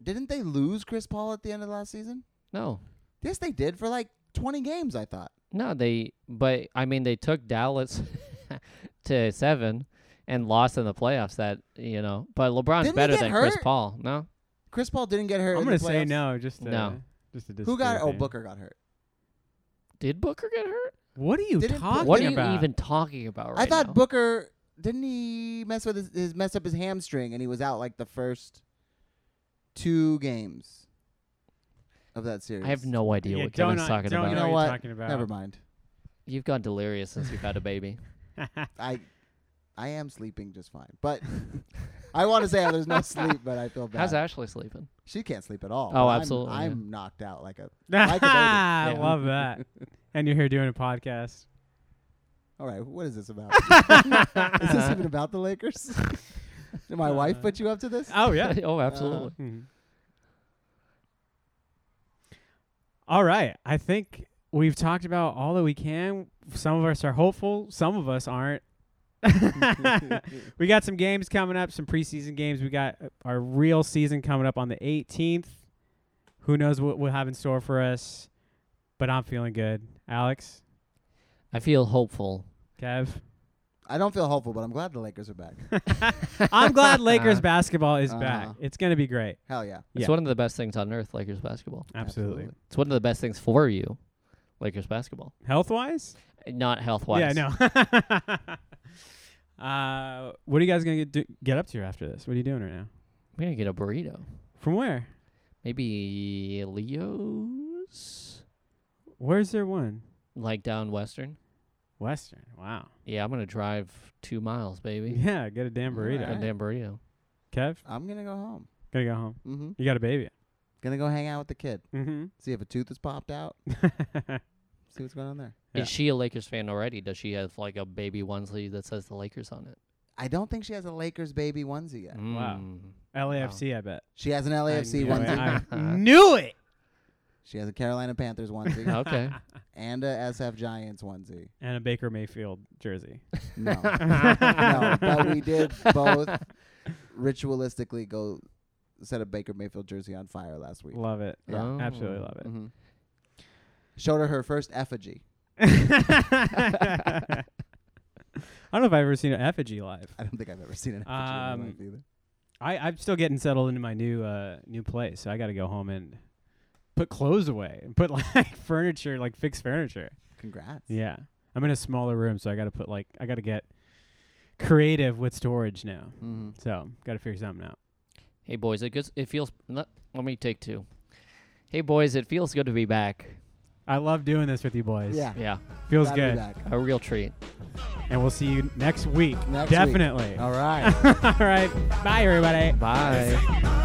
Speaker 3: Didn't they lose Chris Paul at the end of last season?
Speaker 2: No,
Speaker 3: Yes, they did for like 20 games, I thought.
Speaker 2: no, they. But I mean, they took Dallas to seven and lost in the playoffs. That you know, but LeBron's
Speaker 3: Didn't he
Speaker 2: better
Speaker 3: get
Speaker 2: than Chris
Speaker 3: hurt?
Speaker 2: Paul. No,
Speaker 3: Chris Paul didn't get hurt.
Speaker 1: I'm
Speaker 3: in
Speaker 1: going
Speaker 3: the
Speaker 1: to say
Speaker 3: playoffs.
Speaker 1: no. Just to,
Speaker 2: No.
Speaker 1: Just to
Speaker 3: Who got?
Speaker 1: disprove
Speaker 3: Oh,
Speaker 1: Dan.
Speaker 3: Booker got hurt.
Speaker 2: did Booker get hurt?
Speaker 1: What are you
Speaker 3: Didn't-
Speaker 1: talking
Speaker 2: what are you
Speaker 1: about?
Speaker 2: even talking about right
Speaker 3: I thought
Speaker 2: now?
Speaker 3: Booker didn't he mess with his, his mess up his hamstring and he was out like the first two games of that series.
Speaker 2: I have no idea
Speaker 1: Yeah,
Speaker 2: what
Speaker 1: don't
Speaker 2: Kevin's
Speaker 1: I-
Speaker 2: talking
Speaker 1: don't
Speaker 2: about.
Speaker 3: You
Speaker 1: know
Speaker 3: know
Speaker 1: what
Speaker 3: what?
Speaker 1: you're talking about.
Speaker 3: Never mind.
Speaker 2: You've gone delirious since you've had a baby.
Speaker 3: I I am sleeping just fine, but I want to say how there's no sleep, but I feel bad.
Speaker 2: How's Ashley sleeping?
Speaker 3: She can't sleep at all.
Speaker 2: Oh,
Speaker 3: but I'm-
Speaker 2: absolutely, yeah.
Speaker 3: I'm, knocked out like a. Like a baby.
Speaker 1: I
Speaker 2: Yeah.
Speaker 1: love that. And you're here doing a podcast.
Speaker 3: All right, what is this about? is this even about the Lakers? Did my wife put you up to this?
Speaker 1: Oh, yeah.
Speaker 3: Uh,
Speaker 2: oh, absolutely.
Speaker 1: Mhm. All right. I think we've talked about all that we can. Some of us are hopeful, some of us aren't.
Speaker 3: Uh,
Speaker 1: we got some games coming up, some preseason games. We got uh, our real season coming up on the 18th. Who knows what we'll have in store for us, but I'm feeling good. Alex,
Speaker 2: I feel hopeful.
Speaker 1: Kev,
Speaker 3: I don't feel hopeful, but I'm glad the Lakers are back.
Speaker 1: I'm glad Lakers basketball is back.
Speaker 3: Uh-huh.
Speaker 1: It's going to be great.
Speaker 3: Hell yeah.
Speaker 2: It's
Speaker 1: Yeah.
Speaker 2: one of the best things on earth, Lakers basketball.
Speaker 1: Absolutely.
Speaker 2: It's one of the best things for you, Lakers basketball.
Speaker 1: Health wise?
Speaker 2: Not health wise.
Speaker 1: Yeah, no. uh, what are you guys gonna get, do, get up to after this? What are you doing right now?
Speaker 2: We're gonna get a burrito.
Speaker 1: From where?
Speaker 2: Maybe Leo's,
Speaker 1: Where's there one?
Speaker 2: like down western.
Speaker 1: Western. Wow.
Speaker 2: Yeah, I'm gonna drive two miles, baby.
Speaker 1: Yeah, get a damn burrito.
Speaker 2: A
Speaker 3: Alright.
Speaker 2: damn burrito.
Speaker 1: Kev,
Speaker 3: I'm gonna go home.
Speaker 1: gotta go home.
Speaker 3: Mm-hmm.
Speaker 1: You got a baby.
Speaker 3: Gonna go hang out with the kid.
Speaker 1: Mm-hmm.
Speaker 3: See if a tooth has popped out. See what's going on there.
Speaker 1: Yeah.
Speaker 2: Is she a Lakers fan already? Does she have like a baby onesie that says the Lakers on it?
Speaker 3: I don't think she has a Lakers baby onesie yet.
Speaker 1: Wow.
Speaker 2: Mm.
Speaker 1: LAFC, I bet.
Speaker 3: She has an LAFC
Speaker 1: I knew
Speaker 3: onesie.
Speaker 1: it. I knew it.
Speaker 3: She has a Carolina Panthers onesie
Speaker 2: Okay.
Speaker 3: and a SF Giants onesie.
Speaker 1: And a Baker Mayfield jersey.
Speaker 3: No, no, but we did both ritualistically go set a Baker Mayfield jersey on fire last week.
Speaker 1: Love it.
Speaker 3: Yeah.
Speaker 2: Oh.
Speaker 1: Absolutely love it.
Speaker 3: hmm Showed her her first effigy.
Speaker 1: I don't know if I've ever seen an effigy live.
Speaker 3: I don't think I've ever seen an effigy in my
Speaker 1: Um,
Speaker 3: life either.
Speaker 1: I, I'm still getting settled into my new uh, new place, so I got to go home and put clothes away and put like furniture, like fix furniture.
Speaker 3: Congrats.
Speaker 1: Yeah, I'm in a smaller room, so I got to put like I got to get creative with storage now.
Speaker 3: Mhm.
Speaker 1: So got to figure something out.
Speaker 2: Mm-hmm. Hey boys, it gets, it feels. Let, let me take two. Hey boys, it feels good to be back.
Speaker 1: I love doing this with you boys.
Speaker 3: Yeah.
Speaker 2: Yeah,
Speaker 1: feels
Speaker 3: Glad to be
Speaker 1: good.
Speaker 3: back.
Speaker 2: a real treat.
Speaker 1: And we'll see you next week.
Speaker 3: Next week.
Speaker 1: Definitely.
Speaker 3: All right.
Speaker 1: All right. Bye, everybody.
Speaker 2: Bye.